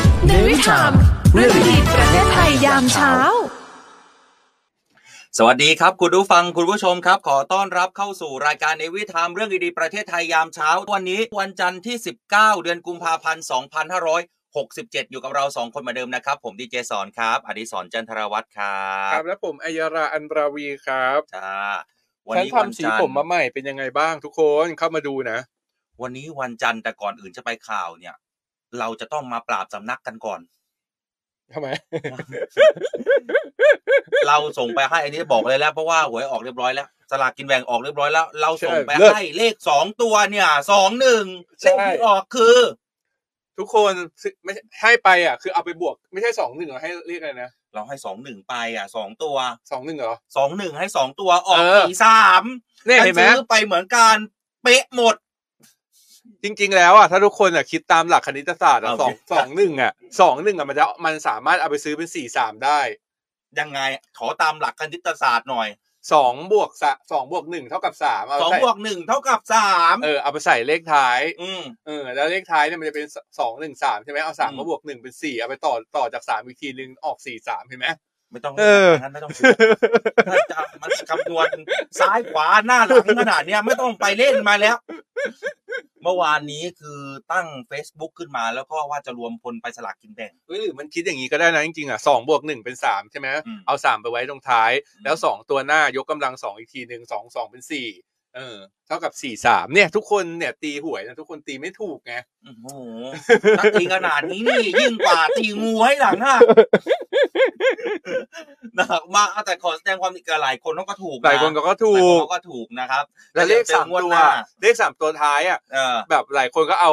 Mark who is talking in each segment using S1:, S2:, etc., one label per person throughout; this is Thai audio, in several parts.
S1: ชามเรื่องดีประเทศไทยยามเช้า
S2: สวัสดีครับ คุณผู้ฟังคุณผู้ชมครับ ขอต้อนรับเข้าสู่รายการในวิธามเรื่องดีๆประเทศไทยยามเช้า วันนี้วันจันทร์ที่ 19 เดือนกุมภาพันธ์ 2567 อยู่กับเรา 2 คนเหมาเดิมนะครับ ผมดีเจสอนครับอดิสรจันทรวัตรครับ
S3: ครับและผมอัยยาราอันราวีครับ
S2: จ้าวัน
S3: ฉัน
S2: นี้
S3: ทำ
S2: วัน
S3: สี
S2: จันท
S3: ผม
S2: ร์
S3: มาใหม่เป็นยังไงบ้างทุกคนเข้ามาดูนะ
S2: วันนี้วันจันทร์แต่ก่อนอื่นจะไปข่าวเนี่ย เราจะต้องมาปราบสำนักกันก่อน
S3: ทำไม
S2: เราส่งไปให้อันนี้บอกเลยแล้วเพราะว่าหวยออกเรียบร้อยแล้วสลากกินแบ่งออกเรียบร้อยแล้ว เราส่งไป
S3: ใช่เลิศ
S2: ให้เลขสองตัวเนี่ยสองหนึ่ง
S3: ใช่
S2: เลขที่ออกคือ
S3: ทุกคนซื้อไม่ใช่ให้ไปอ่ะ คือเอาไปบวกไม่ใช่สองหนึ่งเหรอให้เรียกอะไรนะ
S2: เราให้สองหนึ่งไปอ่ะสองตัว
S3: สองหนึ่งเหรอ
S2: สองหนึ่งให้สองตัวออก
S3: เออ
S2: สี่สาม
S3: เนี่ยเห็นไหม
S2: ฉัซื้อไปเหมือนกันเป๊ะหมด
S3: จริง ๆ แล้วอ่ะถ้าทุกคนอ่ะคิดตามหลักคณิตศาสตร์อ่ะ
S2: เอา
S3: สอง
S2: สิ
S3: สองหนึ่งอ่ะสองหนึ่งอ่ะมันจะมันสามารถเอาไปซื้อเป็นสี่สามได้
S2: ยังไงขอตามหลักคณิตศาสตร์หน่อย
S3: สองบวกสะสองบวกหนึ่งเท่ากับสามเอา
S2: สอง
S3: ใส่
S2: บวกหนึ่งเท่ากับสาม
S3: เออเอาไปใส่เลขท้าย
S2: อืม
S3: เออแล้วเลขท้ายเนี่ยมันจะเป็นสองหนึ่งสามใช่ไหมเอาสาม
S2: อืม
S3: มาบวกหนึ่งเป็นสี่เอาไปต่อต่อจากสามอีกทีนึงออกสี่สามเห็นไหม
S2: ไม่ต้อง
S3: เออ
S2: นั้นไม่ต้องซื้อ ถ้าจะมันคำนวณซ้ายขวาหน้าหลังขนาดเนี้ยไม่ต้องไปเล่นมาแล้ว เมื่อวานนี้คือตั้ง Facebook ขึ้นมาแล้วก็ว่าจะรวมพลไปสลากกินแบ่ง
S3: เฮ้ยหรือมันคิดอย่างนี้ก็ได้นะจริงๆอ่ะสองบวกหนึ่งเป็นสามใช่ไหม
S2: อืม
S3: เอาสามไปไว้ตรงท้าย แล้วสองตัวหน้ายกกำลังสองอีกทีหนึ่งสองสองเป็นสี่เออ เท่ากับสี่สามเนี่ย ทุกคนเนี่ยตีหวยนะทุกคนตีไม่ถูกไง
S2: โอ้โหถ้าตีขนาดนี้นี่ยิ่งกว่าตีงูให้หลังอ่ะ หนักมากเอาแต่ขอแสดงความดีกับหลายคนเขาก็ถูก
S3: หลายคนก็
S2: ถู
S3: ถู
S2: ก
S3: ก
S2: ก็ถูกนะครับ
S3: และเลข
S2: ดี๋ย
S3: สาม
S2: จองด
S3: ตัว
S2: หน้า
S3: เลขสามตัวท้ายอ่ะ
S2: เออ
S3: แบบหลายคนก็เอา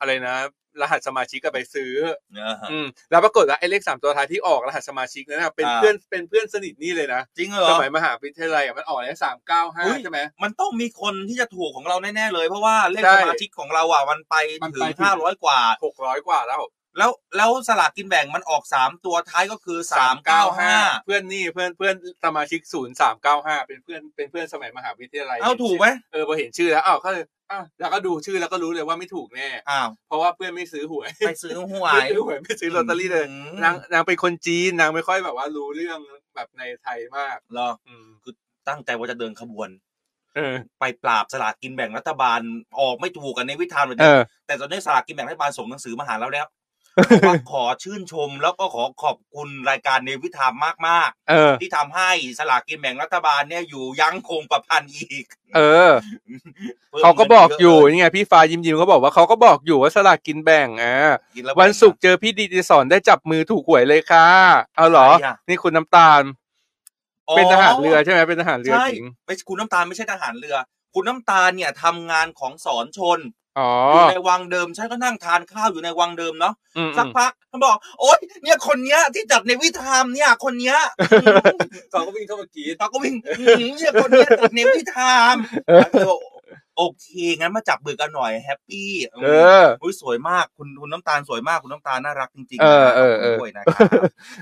S3: อะไรนะ รหัสสมาชิกกันไปซื้อ
S2: เนอะ
S3: อืมแล้วปรากฏว่าไอ้เลขสามตัวท้ายที่ออกรหัสสมาชิกนั้นนะเป็น
S2: อ่า
S3: เพื่อนเป็นเพื่อนสนิทนี่เลยนะ
S2: จริงเหรอ
S3: สมัยมหาวิทยาลัยอ่ะมันออกเลขสามเก้าห้า
S2: อุ๊ย
S3: ใช่ไหม
S2: มันต้องมีคนที่จะถูกของเราแน่ๆเลย เพราะว่าเลข
S3: ใช่
S2: สมาชิกของเราอ่ะมันไป
S3: มัน
S2: ถึ
S3: ไป
S2: ง
S3: ถึง
S2: ห้าร้อยกว่า
S3: หกร้อยกว่าแล้ว
S2: แล้วแล้วสลากกินแบ่งมันออกสามตัวท้ายก็คือสามเก้าห้า
S3: เพื่อนนี่เพื่อนเพื่อนสมาชิกศูนย์สามเก้าห้าเป็นเพื่อนเป็นเพื่อนสมัยมหาวิทยาลัย
S2: เอ้าถูกไหม
S3: เออพอเห็นชื่อแล้วอ้าวก็เลยอ้าวแล้วก็ดูชื่อแล้วก็รู้เลยว่าไม่ถูกแน่
S2: อ้าว
S3: เพราะว่าเพื่อนไม่ซื้อหวย
S2: ไปซื้อหว
S3: ไม่
S2: ย
S3: ซื้อหวยไม่ซื้อลอตเตอรี่เลย
S2: ม
S3: นางนางเป็นคนจีนนางไม่ค่อยแบบว่ารู้เรื่องแบบในไทยมาก
S2: เหรอ
S3: อืม
S2: ตั้งใจว่าจะเดินขบวน
S3: เออ
S2: ไปปราบสลากกินแบ่งรัฐบาลออกไม่ถูกกันในวิธานเลย
S3: เออ
S2: แต่ตอนนี้สลากกินแบ่งรัฐบาลส่งหนังสือมาหาเราแล้วบอกว่าขอชื่นชมแล้วก็ขอขอบคุณรายการในวิธามมาก
S3: เออ
S2: ๆ ที่ทำให้สลากกินแบ่งรัฐบาลเนี่ยอยู่ยั้งคงประพันธ์อีก
S3: เออ
S2: พิ่ม
S3: เขาก็บอก
S2: งิน
S3: อ
S2: เะ
S3: ยู่
S2: เล
S3: นี่ไงพี่ฟ้ายิ้มยิ้มๆเขาบอกว่าเขาก็บอกอยู่ว่าสลากกินแบ่งอ่ะ
S2: กิแล้ว
S3: วันศุกร์เจอพี่ดีดีสอนได้จับมือถูกหวยเลยค่ะเอาเหรอ
S2: ใคอะ
S3: นี่คุณน้ำตาล เป็นทหารเรือใช่ไหมเป็นทหารเรือ
S2: ใช่
S3: หญิง
S2: ไม่ใช่คุณน้ำตาลไม่ใช่ทหารเรือ คุณน้ำตาลเนี่ยทำงานของสอนชน
S3: อ๋อ
S2: อยู่ในวังเดิมฉันก็นั่งทานข้าวอยู่ในวังเดิมเนาะ
S3: อืม
S2: สักพักเขาบอก โอ๊ยเนี่ยคนเนี้ยที่จัดในวิธามเนี่ย คนเนี้ย
S3: เขาก็วิ่งเข้ามากรีด
S2: เราก็วิ่งอื้อหือเนี่ยคนเนี้ยจัดในวิธาม
S3: เออ
S2: แล้วก็โอเค งั้นมาจับมือกันหน่อยแฮปปี้
S3: เออ
S2: อุ้ยสวยมากคุณคุณน้ำตาลสวยมากคุณน้ำตาลน่ารักจริงๆ
S3: เออ
S2: นะ
S3: เออ
S2: ขบ
S3: เอ
S2: คุณ
S3: อ
S2: ด้วยนะครับ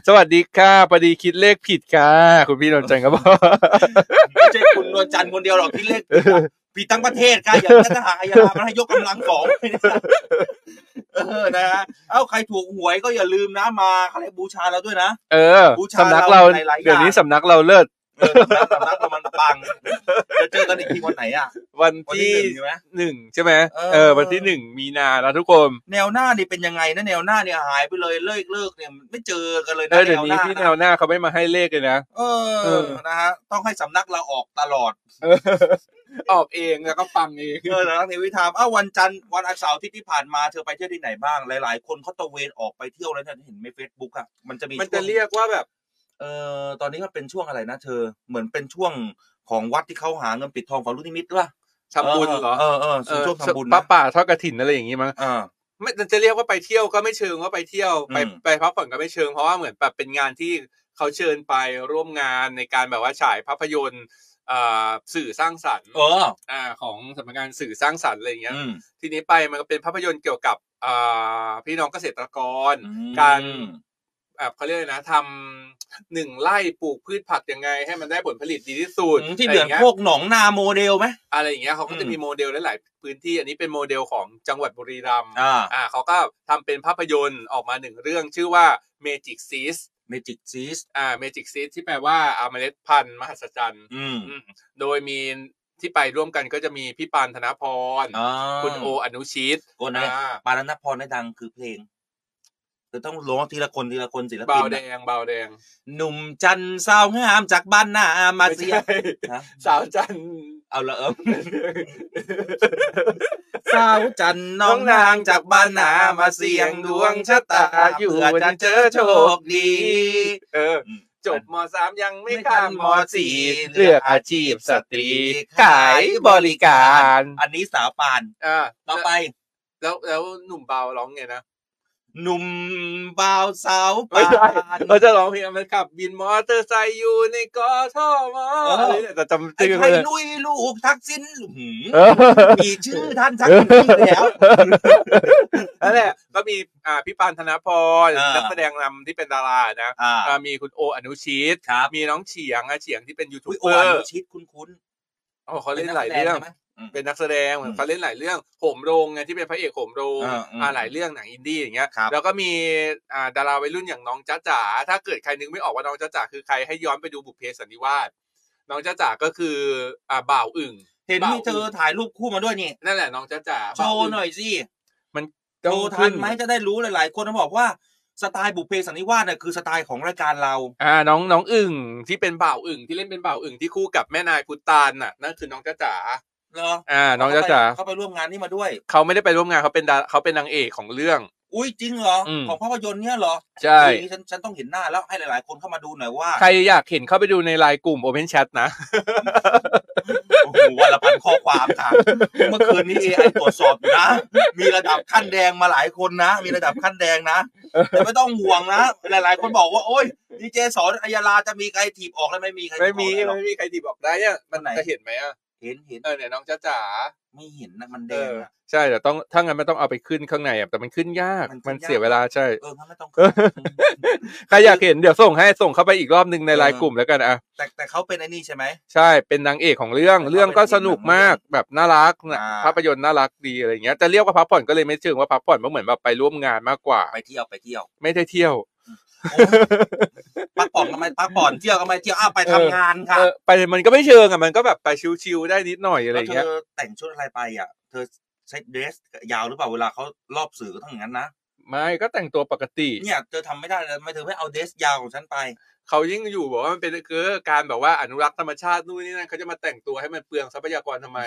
S3: สวัสดีค่ะพอดีคิดเลขผิดค่ะ คุณพี่นนท์จันทร์ก็บอก
S2: ไม่ใช่คุณนวลจันทร์คนเดียวหรอกที่เลขผิดอะผิดทั้งประเทศค่ะอย่างนั้นทหารอายามันให้ยกกำลังสองไปนะเออนะฮะเอ้าใครถูกหวยก็อย่าลืมนะมาเขาเรียกบูชาเราด้วยนะ
S3: เออ
S2: บูชา
S3: สำนักเรา
S2: เราหลายๆอย่าง
S3: เดี๋ยวนี้สำนักเราเลิศ
S2: เออสำนักสำนักเรามันปังจะเจอกันอีกทีวันไหนอ่ะ
S3: วัน
S2: วันที่
S3: ที่
S2: หนึ่งใช่ไหม
S3: หนึ่งใช่ไหม
S2: เออ
S3: เออ วันที่หนึ่งมีนาแล้วทุกคน
S2: แนวหน้านี่เป็นยังไงนะแนวหน้าเนี่ยหายไปเลยเลิกเลิกเนี่ยไม่เจอกันเลย
S3: เอ
S2: นะ
S3: อเดี๋ยวนี้พี่แน
S2: แนว
S3: วหน้าเขาไม่มาให้เลขเลยนะ
S2: เอ
S3: เอ
S2: อ
S3: อ
S2: นะฮะต้องให้สำนักเราออกตลอด
S3: เออออกเองแล้วก็ปังเอง
S2: เออสำนักเทวิธามอ้าววันจันทร์วันอาทิตย์เสาร์ที่ที่ผ่านมาเธอไปเที่ยวที่ไหนบ้างหลาย ๆ คนเขาตระเวนออกไปเที่ยวแล้วเนี่ยเห็นในเฟซบุ๊กอ่ะมันจะมี
S3: มันจะ
S2: ช่วง
S3: เรียกว่าแบบ
S2: เออตอนนี้ก็เป็นช่วงอะไรนะเธอเหมือนเป็นช่วงของวัดที่เขาหาเงินปิดทองฝังลูกนิมิตด้วย
S3: ทำบุญเหรอ
S2: เออเออเออช่วงทำบุญ
S3: ป้า
S2: นะ
S3: ป่าทอดกระถินอะไรอย่างงี้มั้ง
S2: อ่า
S3: ไม่จะเรียกว่าไปเที่ยวก็ไม่เชิงว่าไปเที่ยวไป
S2: อืม
S3: ไปพักผ่อนก็ไม่เชิงเพราะว่าเหมือนแบบเป็นงานที่เขาเชิญไปร่วมงานในการแบบว่าฉายภาพยนตร์เอ่อสื่อสร้างสรรค์
S2: เออ
S3: อ่าของสำนักงานสื่อสร้างสรรค์อะไรอย่างเงี้ย
S2: อืม
S3: ทีนี้ไปมันก็เป็นภาพยนตร์เกี่ยวกับอ่าพี่น้องเกษตรกร การ อ่ะเขาเรียกอะไรนะทำหนึ่งไร่ปลูกพืชผักยังไง ให้มันได้ผลผลิตดีที่สุด
S2: อืมที่เหมือน
S3: อะไรย่างงี้ย
S2: พวกหนองนาโมเดลไหม
S3: อะไรอย่างเงี้ยเขาก็จะ
S2: อืม
S3: มีโมเดลหลายๆพื้นที่อันนี้เป็นโมเดลของจังหวัดบุรีรัมย์
S2: อ่า
S3: อ่าเขาก็ทำเป็นภาพยนตร์ออกมาหนึ่งเรื่องชื่อว่า Magic Seeds
S2: เมจิกซีส
S3: อ่า Magic Seeds ที่แปลว่าอาเมล็ดพันธุ์มหัศจรรย์
S2: อืม
S3: อืมโดยมีที่ไปร่วมกันก็จะมีพี่ปานธนพร
S2: อ่า
S3: คุณโออนุชิต
S2: คนไหน
S3: อ่า
S2: ปานนัทพรได้ดังคือเพลงจะต้องร้องทีละคนทีละคนศิล
S3: บา
S2: ปิน
S3: วแด
S2: นะ
S3: งบาวแดง
S2: หนุ่มจันทร์สาวงามจากบ้านนามา
S3: ไม่
S2: เซีย
S3: ใช่
S2: ฮะ
S3: สาวจันทร์
S2: เอาละเอิม สาวจันทร์ น้องนางจากบ้านนามาเสียงดวงชะตา
S3: อยู่
S2: เพื่อจะเจอโชคดี
S3: เออ จบมสามยังไม่ข้ามมสี่
S2: เลือกอาชีพสตรีขายบริกา
S3: ร
S2: อันนี้สาวปาน
S3: อ่า
S2: ต่อไป
S3: แล้วแล้วหนุ่มเบาร้องไงนะ
S2: หนุ่มบ่าวสาวปาน
S3: เราจะร้องเพลงมันขับ บินมอเตอร์ไซค์อยู่ในกอทม
S2: เออ
S3: อะไรเนี่ยแต่จำ
S2: ไอ้
S3: ชื่อ
S2: ไท
S3: ไม่
S2: ย
S3: ได้
S2: ลุยลูกทักสินหืม
S3: เออ
S2: มีชื่อท่านทักสินแล้ว
S3: นั่นแหละก็มีอ่าพี่ปานธนพร
S2: อ่านั
S3: นักแสดงนำที่เป็นดารานะ
S2: อ่า
S3: อ่ามีคุณโออนุชิต
S2: ครับ
S3: มีน้องเฉียงอ่ะเฉียงที่เป็นยูทู
S2: อุ้
S3: บ
S2: ย
S3: เบ
S2: โอ้
S3: อ
S2: อนุ
S3: ร์
S2: ชิตคุ้นคุ้น
S3: อ๋อเขาเล่นหลายเรื่อง
S2: ไหม
S3: เป็นนักแสดงเหมือ
S2: อื
S3: น
S2: ม
S3: เขาเล่นหลายเรื่องโหมโรงไงที่เป็นพระเอกโหมโรง
S2: อ่าอืม
S3: อ่าหลายเรื่องหนังอินดี้อย่างเงี้ย
S2: ครับ
S3: แล้วก็มีอ่าดาราวัยรุ่นอย่างน้องจ๊ะจ๋าถ้าเกิดใครนึกไม่ออกว่าน้องจ๊ะจ๋าคือใครให้ย้อนไปดูบุพเพสันนิวาสน้องจ๊ะจ๋าก็คืออ่าบ่าวอึ่ง
S2: เห็นมีเธอถ่ายรูปคู่มาด้วยนี่
S3: นั่นแหละน้องจ๊ะจ๋า
S2: โชว์หน่อยสิ
S3: บ่าว
S2: ดู
S3: อึ่ง
S2: ทันไหมจะได้รู้หลาย ๆ คนเขาบอกว่าสไตล์บุพเพสันนิวาสเนี่ยคือสไตล์ของรายการเรา
S3: อ่าน้องน้องอึ่งที่เป็นบ่าวอึ่งที่เล่นเป็นบ่าวอึ่งที่คู่กับแม่นายพุตตานน่ะนั่นคือน้องจ๊ะจ๋า
S2: เหรอ
S3: อ่าน้องจ๊ะจ๋า
S2: เขาไปร่วมงานนี่มาด้วย
S3: เขาไม่ได้ไปร่วมงานเขาเป็นดาเขาเป็นนางเอกของเรื่อง
S2: อุ้ยจริงเหรอ
S3: อืม
S2: ของภาพยนตร์เนี่ยเหรอ
S3: ใช่
S2: ทีนี้ฉันฉันต้องเห็นหน้าแล้วให้หลาย ๆ คนเข้ามาดูหน่อยว่า
S3: ใครอยากเห็นเข้าไปดูในไลน์กลุ่ม Open Chat นะ
S2: โอ้โหวันละพันข้อความ ค่ะ เมื่อคืนนี้เอไอตรวจสอบอยู่นะ มีระดับขั้นแดงมาหลายคนนะ มีระดับขั้นแดงนะ แต่ไม่ต้องห่วงนะ หลาย ๆ คนบอกว่าโอ้ยดีเจสอนอัยยาลาจะมีใครถีบออกแล้วไม่มีใครถีบออก
S3: ไม่มี
S2: เลยหรอก
S3: ไม่มีใครดีบอกได้เนี่ย
S2: อันไหน
S3: จะเห็นไหมอ่ะ
S2: เห็นเห็น
S3: เออเนี่ยน้องจ้าจ๋า
S2: ไม่เห็นนะมันแด
S3: เอง อ
S2: อะ
S3: ใช่แต่ต้องถ้างั้นมันต้องเอาไปขึ้นข้างในอ่ะแต่มันขึ้นยาก
S2: มันขึ้น
S3: มัน
S2: ยาก
S3: เสียเวลาใช่
S2: เอองั้นไม่ต้อง
S3: ใครอยากเห็นเดี๋ยวส่งให้ส่งเข้าไปอีกรอบหนึ่งในไลน์
S2: เออ
S3: กลุ่มแล้วกันอ่ะ
S2: แต่แต่เขาเป็นไอ้นี่ใช่ไหม
S3: ใช่เป็นนางเอกของเรื่อง
S2: แต่เขา
S3: เรื่องก็สนุกมากแบบน่ารักนะ
S2: อ่า
S3: ภาพยนตร์น่ารักดีอะไรอย่างเงี้ยจะเรียกว่าพักผ่อนก็เลยไม่เชิงว่าพักผ่อนเพราะเหมือนแบบไปร่วมงานมากกว่า
S2: ไปเที่ยวไปเที่ยว
S3: ไม่ได้เที่ยว
S2: โอ้ยพักผ่อนก็ไม่พักผ่อนเที่ยวก็ไม่เที่ยวอ้าว ไปทำงานค่ะ
S3: เออไปมันก็ไม่เชิงอ่ะมันก็แบบไปชิวๆได้นิดหน่อยอะไร
S2: แล้ว
S3: อย่า
S2: เธ
S3: งเงี้ย
S2: อแต่งชุดอะไรไปอ่ะ เธอใช้เดรสยาวหรือเปล่าเวลาเขารอบสื่อก็ต้องอย่างนั้นนะ
S3: ไม่ก็แต่งตัวปกติ
S2: เนี่ยเธอทำไม่ได้เลยทำไม่เธอไม่เอาเดรสยาวของฉันไป
S3: เขายิ่งอยู่บอกว่ามันเป็นคือการแบบว่าอนุรักษ์ธรรมชาตินู่นนี่นั่นเขาจะมาแต่งตัวให้มันเปลืองทรัพยากรทำ ไม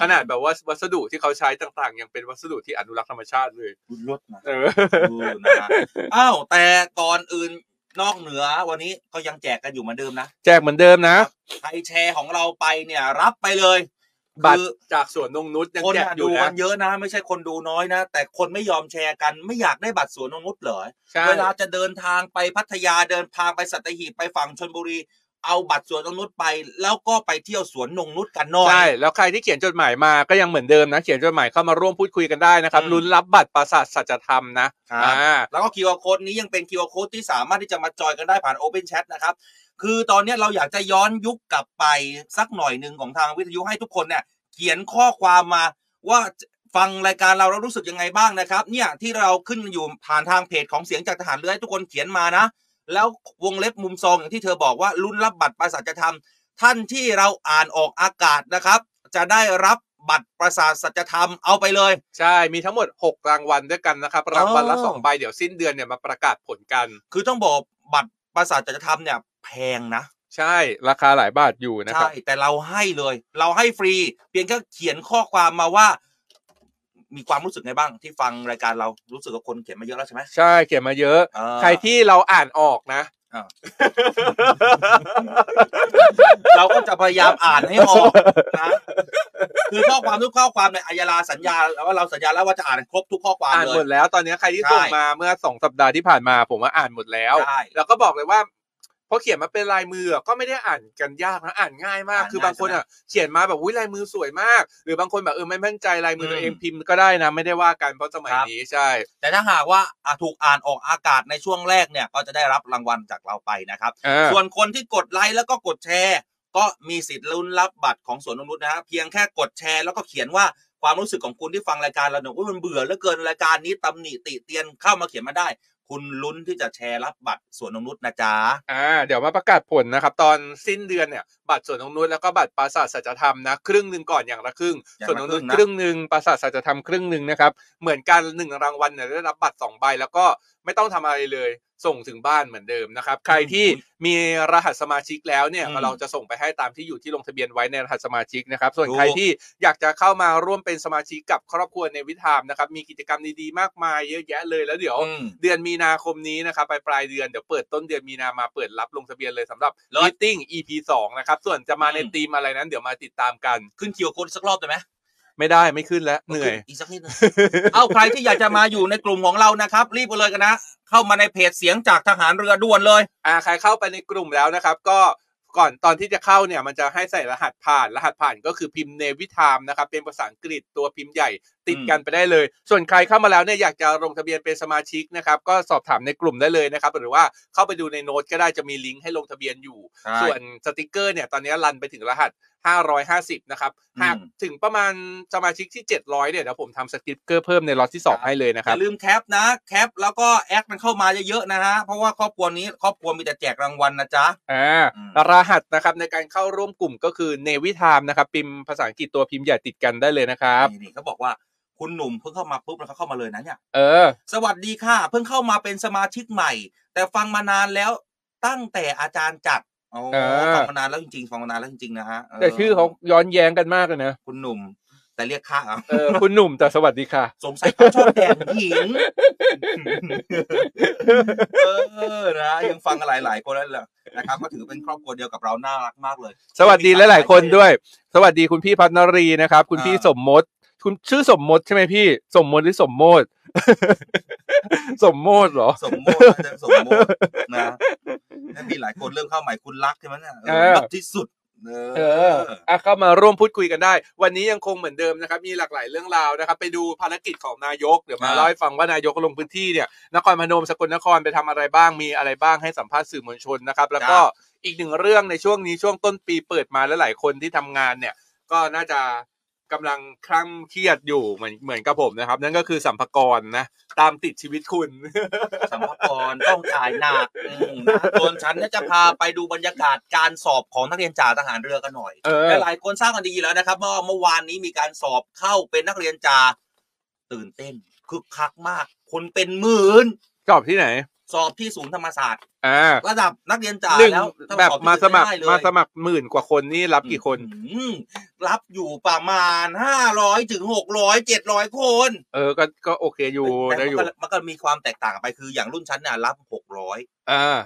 S3: ขนาดแบบว่าวัสดุที่เขาใช้ต่างๆ ยังเป็นวัสดุที่อนุรักษ์ธรรมชาติเลย
S2: บุญรถนะ
S3: เออ
S2: ดูนะ อ้าวแต่ก่อนอื่นนอกเหนือวันนี้ก็ยังแจกกันอยู่เหมือนเดิมนะ
S3: แจกเหมือนเดิมนะ
S2: ใครแชร์ของเราไปเนี่ยรับไปเลย
S3: บัตร
S2: คือ
S3: จากสวนนงนุษยัง
S2: คน
S3: แจก
S2: น่ะ
S3: อ
S2: ดู
S3: ยู่
S2: กั
S3: นะ
S2: นเยอะนะ ไม่ใช่คนดูน้อยนะ แต่คนไม่ยอมแชร์กันไม่อยากได้บัตรสวนนงนุษย์เหรอ
S3: ใช่
S2: เวลาจะเดินทางไปพัทยาเดินทางไปสัตหีบไปฝั่งชนบุรี เอาบัตรสวนนงนุษย์ไป แล้วก็ไปเที่ยวสวนนงนุษย์กันหน่อ
S3: ใช่
S2: ย
S3: แล้วใครที่เขียนจดหมายมาก็ยังเหมือนเดิมนะ เขียนจดหมายเข้ามาร่วมพูดคุยกันได้นะครับ
S2: อืม
S3: ลุ้นรับบัตรปราสาทสัจธรรมนะครับ อ่า
S2: แล้วก็คิวอาร์โค้ดนี้ยังเป็นคิวอาร์โค้ดที่สามารถที่จะมาจอยกันได้ผ่าน Open Chat นะครับ คือตอนเนี้ยเราอยากจะย้อนยุคกลับไปสักหน่อยหนึ่งของทางวิทยุให้ทุกคนเนี่ยเขียนข้อความมาว่าฟังรายการเราแล้วรู้สึกยังไงบ้างนะครับ เนี่ยที่เราขึ้นอยู่ผ่านทางเพจของเสียงจากทหารเรือให้ทุกคนเขียนมานะ แล้ววงเล็บมุมซองอย่างที่เธอบอกว่าลุ้นรับบัตรประสาทธรรม ท่านที่เราอ่านออกอากาศนะครับ จะได้รับบัตรประสาทสัจธรรมเอาไปเลย
S3: ใช่มีทั้งหมด6รางวัลด้วยกันนะครับรางวัลละ
S2: อ๋อ
S3: สองใบเดี๋ยวสิ้นเดือนเนี่ยมาประกาศผลกัน
S2: คือต้องบอกบัตรประสาทสัจธรรมเนี่ยแพงนะ
S3: ใช่ราคาหลายบาทอยู่นะครับ
S2: ใช่ แต่เราให้เลย เราให้ฟรี เพียงแค่เขียนข้อความมาว่า มีความรู้สึกไงบ้างที่ฟังรายการเรารู้สึกว่าคนเขียนมาเยอะแล้วใช่ไหม
S3: ใช่เขียนมาเยอะ
S2: อ่า
S3: ใครที่เราอ่านออกนะ
S2: อ้าว เราก็จะพยายามอ่านให้ออกนะ คือข้อความทุกข้อความในยอัยยาลาสัญญาแล้วว่าเราสัญญาแล้วว่าจะอ่านครบทุกข้อความ
S3: อ่าน
S2: เล
S3: หม
S2: ย
S3: ดแล้วตอนนี้ใครที่
S2: ใช่
S3: ส่งมาเมื่อสองสัปดาห์ที่ผ่านมาผมว่าอ่านหมดแล้ว
S2: ได้
S3: แล้วก็บอกเลยว่า พอเขียนมาเป็นลายมืออะก็ไม่ได้อ่านกันยากนะอ่านง่ายมาก
S2: อ่าน
S3: คือบางคนอ่ะเขียนมาแบบอุ้ยลายมือสวยมาก หรือบางคนแบบเออไม่มั่นใจลายมืออ
S2: ม
S3: ตัวเองพิมพ์ก็ได้นะไม่ได้ว่ากันเพราะสมัย
S2: ครับ
S3: นี้ใช่
S2: แต่ถ้าหากว่าอ่ะถูกอ่านออกอากาศในช่วงแรกเนี่ยก็จะได้รับรางวัลจากเราไปนะครับ
S3: เออ
S2: ส่วนคนที่กดไลค์แล้วก็กดแชร์ ก็มีสิทธิ์ลุ้นรับบัตรของสวนนกนุษนะฮะเพียงแค่กดแชร์แล้วก็เขียนว่าความรู้สึกของคุณที่ฟังรายการเราเนี่ยว่ามันเบื่อเหลือเกินรายการนี้ตำหนิติเตียนเข้ามาเขียนมาได้ คุณลุ้นที่จะแชร์รับบัตรสวนนกนุษนะจ๊ะ
S3: อ่าเดี๋ยวมาประกาศผลนะครับ ตอนสิ้นเดือนเนี่ยบัตรสวนนงนุษแล้วก็บัตรปราสาทสัจธรรมนะครึ่งหนึ่งก่อนอย่างละครึ่ง
S2: อย่างละ
S3: สวนนงนุ
S2: ครึ่
S3: ษ
S2: งนะ
S3: ครึ่งหนึ่งปราสาทสัจธรรมครึ่งหนึ่งนะครับเหมือนกันหนึ่งรางวัลเนี่ยได้รับบัตรสองใบแล้วก็ไม่ต้องทำอะไรเลย ส่งถึงบ้านเหมือนเดิมนะครับ ใครที่มีรหัสสมาชิกแล้วเนี่ย
S2: อืม
S3: เราจะส่งไปให้ตามที่อยู่ที่ลงทะเบียนไว้ในรหัสสมาชิกนะครับ ส่วน
S2: ถูก
S3: ใครที่อยากจะเข้ามาร่วมเป็นสมาชิกกับครอบครัวในวิธามนะครับมีกิจกรรมดีๆมากมายเยอะแยะเลยแล้วเดี๋ยว
S2: อืม
S3: เดือนมีนาคมนี้นะครับไปปลายเดือนเดี๋ยวเปิดต้นเดือนมีนามาเปิดรับลงทะเบียนเลยสำหรับ
S2: เลิศ
S3: meeting EP 2 นะครับ ส่วนจะมาใน
S2: อืม
S3: ทีมอะไรนั้น เดี๋ยวมาติดตามกัน
S2: ขึ้นคิวคนสักรอบได้ไหม
S3: ไม่ได้ไม่ขึ้นแล้วเหนื่อย
S2: อีกสักนิด นึง เอาใครที่อยากจะมาอยู่ในกลุ่มของเรานะครับ รีบไปเลยกันนะ เข้ามาในเพจเสียงจากทหารเรือด่วนเลย
S3: อ่าใครเข้าไปในกลุ่มแล้วนะครับ ก็ก่อนตอนที่จะเข้าเนี่ยมันจะให้ใส่รหัสผ่านรหัสผ่านก็คือพิมพ์เนวิทามนะครับเป็นภาษาอังกฤษตัวพิมพ์ใหญ่ติดกันไปได้เลย ส่วนใครเข้ามาแล้วเนี่ยอยากจะลงทะเบียนเป็นสมาชิกนะครับก็สอบถามในกลุ่มได้เลยนะครับหรือว่าเข้าไปดูในโน้ตก็ได้จะมีลิงก์ให้ลงทะเบียนอยู่ ส่วนสติกเกอร์เนี่ยตอนนี้รันไปถึงรหัส 550 นะครับ
S2: อืม
S3: หากถึงประมาณสมาชิกที่ 700 เนี่ยเดี๋ยวผมทำสติกเกอร์เพิ่มในล็อตที่ 2 ให้เลยนะค
S2: อ
S3: รับ
S2: ย่าลืมแคปนะแคปแล้วก็แอคมันเข้ามาเยอะๆนะฮะเพราะว่าครอบครัวนี้ครอบครัวมีแต่แจกรางวัลนะจ๊ะ
S3: อ่า
S2: อืม
S3: รหัสนะครับในการเข้าร่วมกลุ่มก็คือเนวิทามนะครับ พิมพ์ภาษาอังกฤษตัวพิมพ์ใหญ่ติดกันได้เลยนะครับ
S2: นี่นี่เขาบอกว่าคุณหนุ่มเพิ่งเข้ามาปุ๊บแล้วเขาเข้ามาเลยนะเนี่ย
S3: เออ
S2: สวัสดีค่ะ เพิ่งเข้ามาเป็นสมาชิกใหม่ แต่ฟังมานานแล้วตั้งแต่อาจารย์จัดโอ้
S3: เออ
S2: ฟังมานานแล้วจริงๆฟังมานานแล้วจริงๆนะฮะ
S3: แต่ชื่อเขาย้อนแย้งกันมากเลยนะ
S2: คุณหนุ่ม แต่เรียกข้าเอา
S3: เออ คุณหนุ่มแต่สวัสดีค่ะ
S2: สงสัยเขาชอบแดดหญิง เออนะยังฟังกันหลายๆคนแล้วแหละนะครับก็ถือเป็นครอบครัวเดียวกับเราน่ารักมากเลย
S3: สวัสดีหลายๆคนด้วย สวัสดีคุณพี่พัฒนรีนะครับ คุณพี่
S2: อ่า
S3: สมมติ คุณชื่อสมมติใช่ไหมพี่ สมมติหรือสมโมติ สมโมติเหรอ
S2: สมมติอาจจะสมมตินะแล้วมีหลายคนเริ่มเข้าใหม่คุณรักใช่ไหมเนี่ย
S3: เออ
S2: รักที่สุดเออ
S3: เอออ่ะเข้ามาร่วมพูดคุยกันได้ วันนี้ยังคงเหมือนเดิมนะครับ มีหลากหลายเรื่องราวนะครับ ไปดูภารกิจของนายก เดี๋ยวมา
S2: อ่า
S3: เล่าให้ฟังว่านายกลงพื้นที่เนี่ย นครพนมสกลนครไปทำอะไรบ้าง มีอะไรบ้างให้สัมภาษณ์สื่อมวลชนนะครับ แล้วก็อีกหนึ่งเรื่องในช่วงนี้ช่วงต้นปีเปิดมาแล้วหลายคนที่ทำงานเนี่ย ก็น่าจะกำลังคลั่งเครียดอยู่เหมือนเหมือนกับผมนะครับ นั่นก็คือสัมภากระนะ ตามติดชีวิตคุณ
S2: สัมภาระต้องจ่ายหนักอืมนะส่วนฉันเนี่ยจะพาไปดูบรรยากาศการสอบของนักเรียนจ่าทหารเรือกันหน่อย
S3: เออ
S2: และหลายคนทราบกันดีแล้วนะครับว่าเมื่อวานนี้มีการสอบเข้าเป็นนักเรียนจ่าตื่นเต้นคึกคักมาก คนเป็นหมื่น
S3: สอบที่ไหน
S2: สอบที่ศูนย์ธรรมศาสตร์
S3: อ่า
S2: ระดับนักเรียนจ่า
S3: หนึ่ง
S2: แล้วถ้
S3: แบบ
S2: สอบที่
S3: มาสมัคร
S2: ได้เลย
S3: มาสมัครหมื่นกว่าคนนี่รับกี่คน
S2: อืมรับอยู่ประมาณห้าร้อยถึงหกร้อยเจ็ดร้อยคน
S3: เออ ก็ ก็โอเคอยู่
S2: แต่
S3: ได้อยู่
S2: มันก็มันก็มีความแตกต่างไปคืออย่างรุ่นชั้นเนี่ยรับหกร้อย
S3: อ่า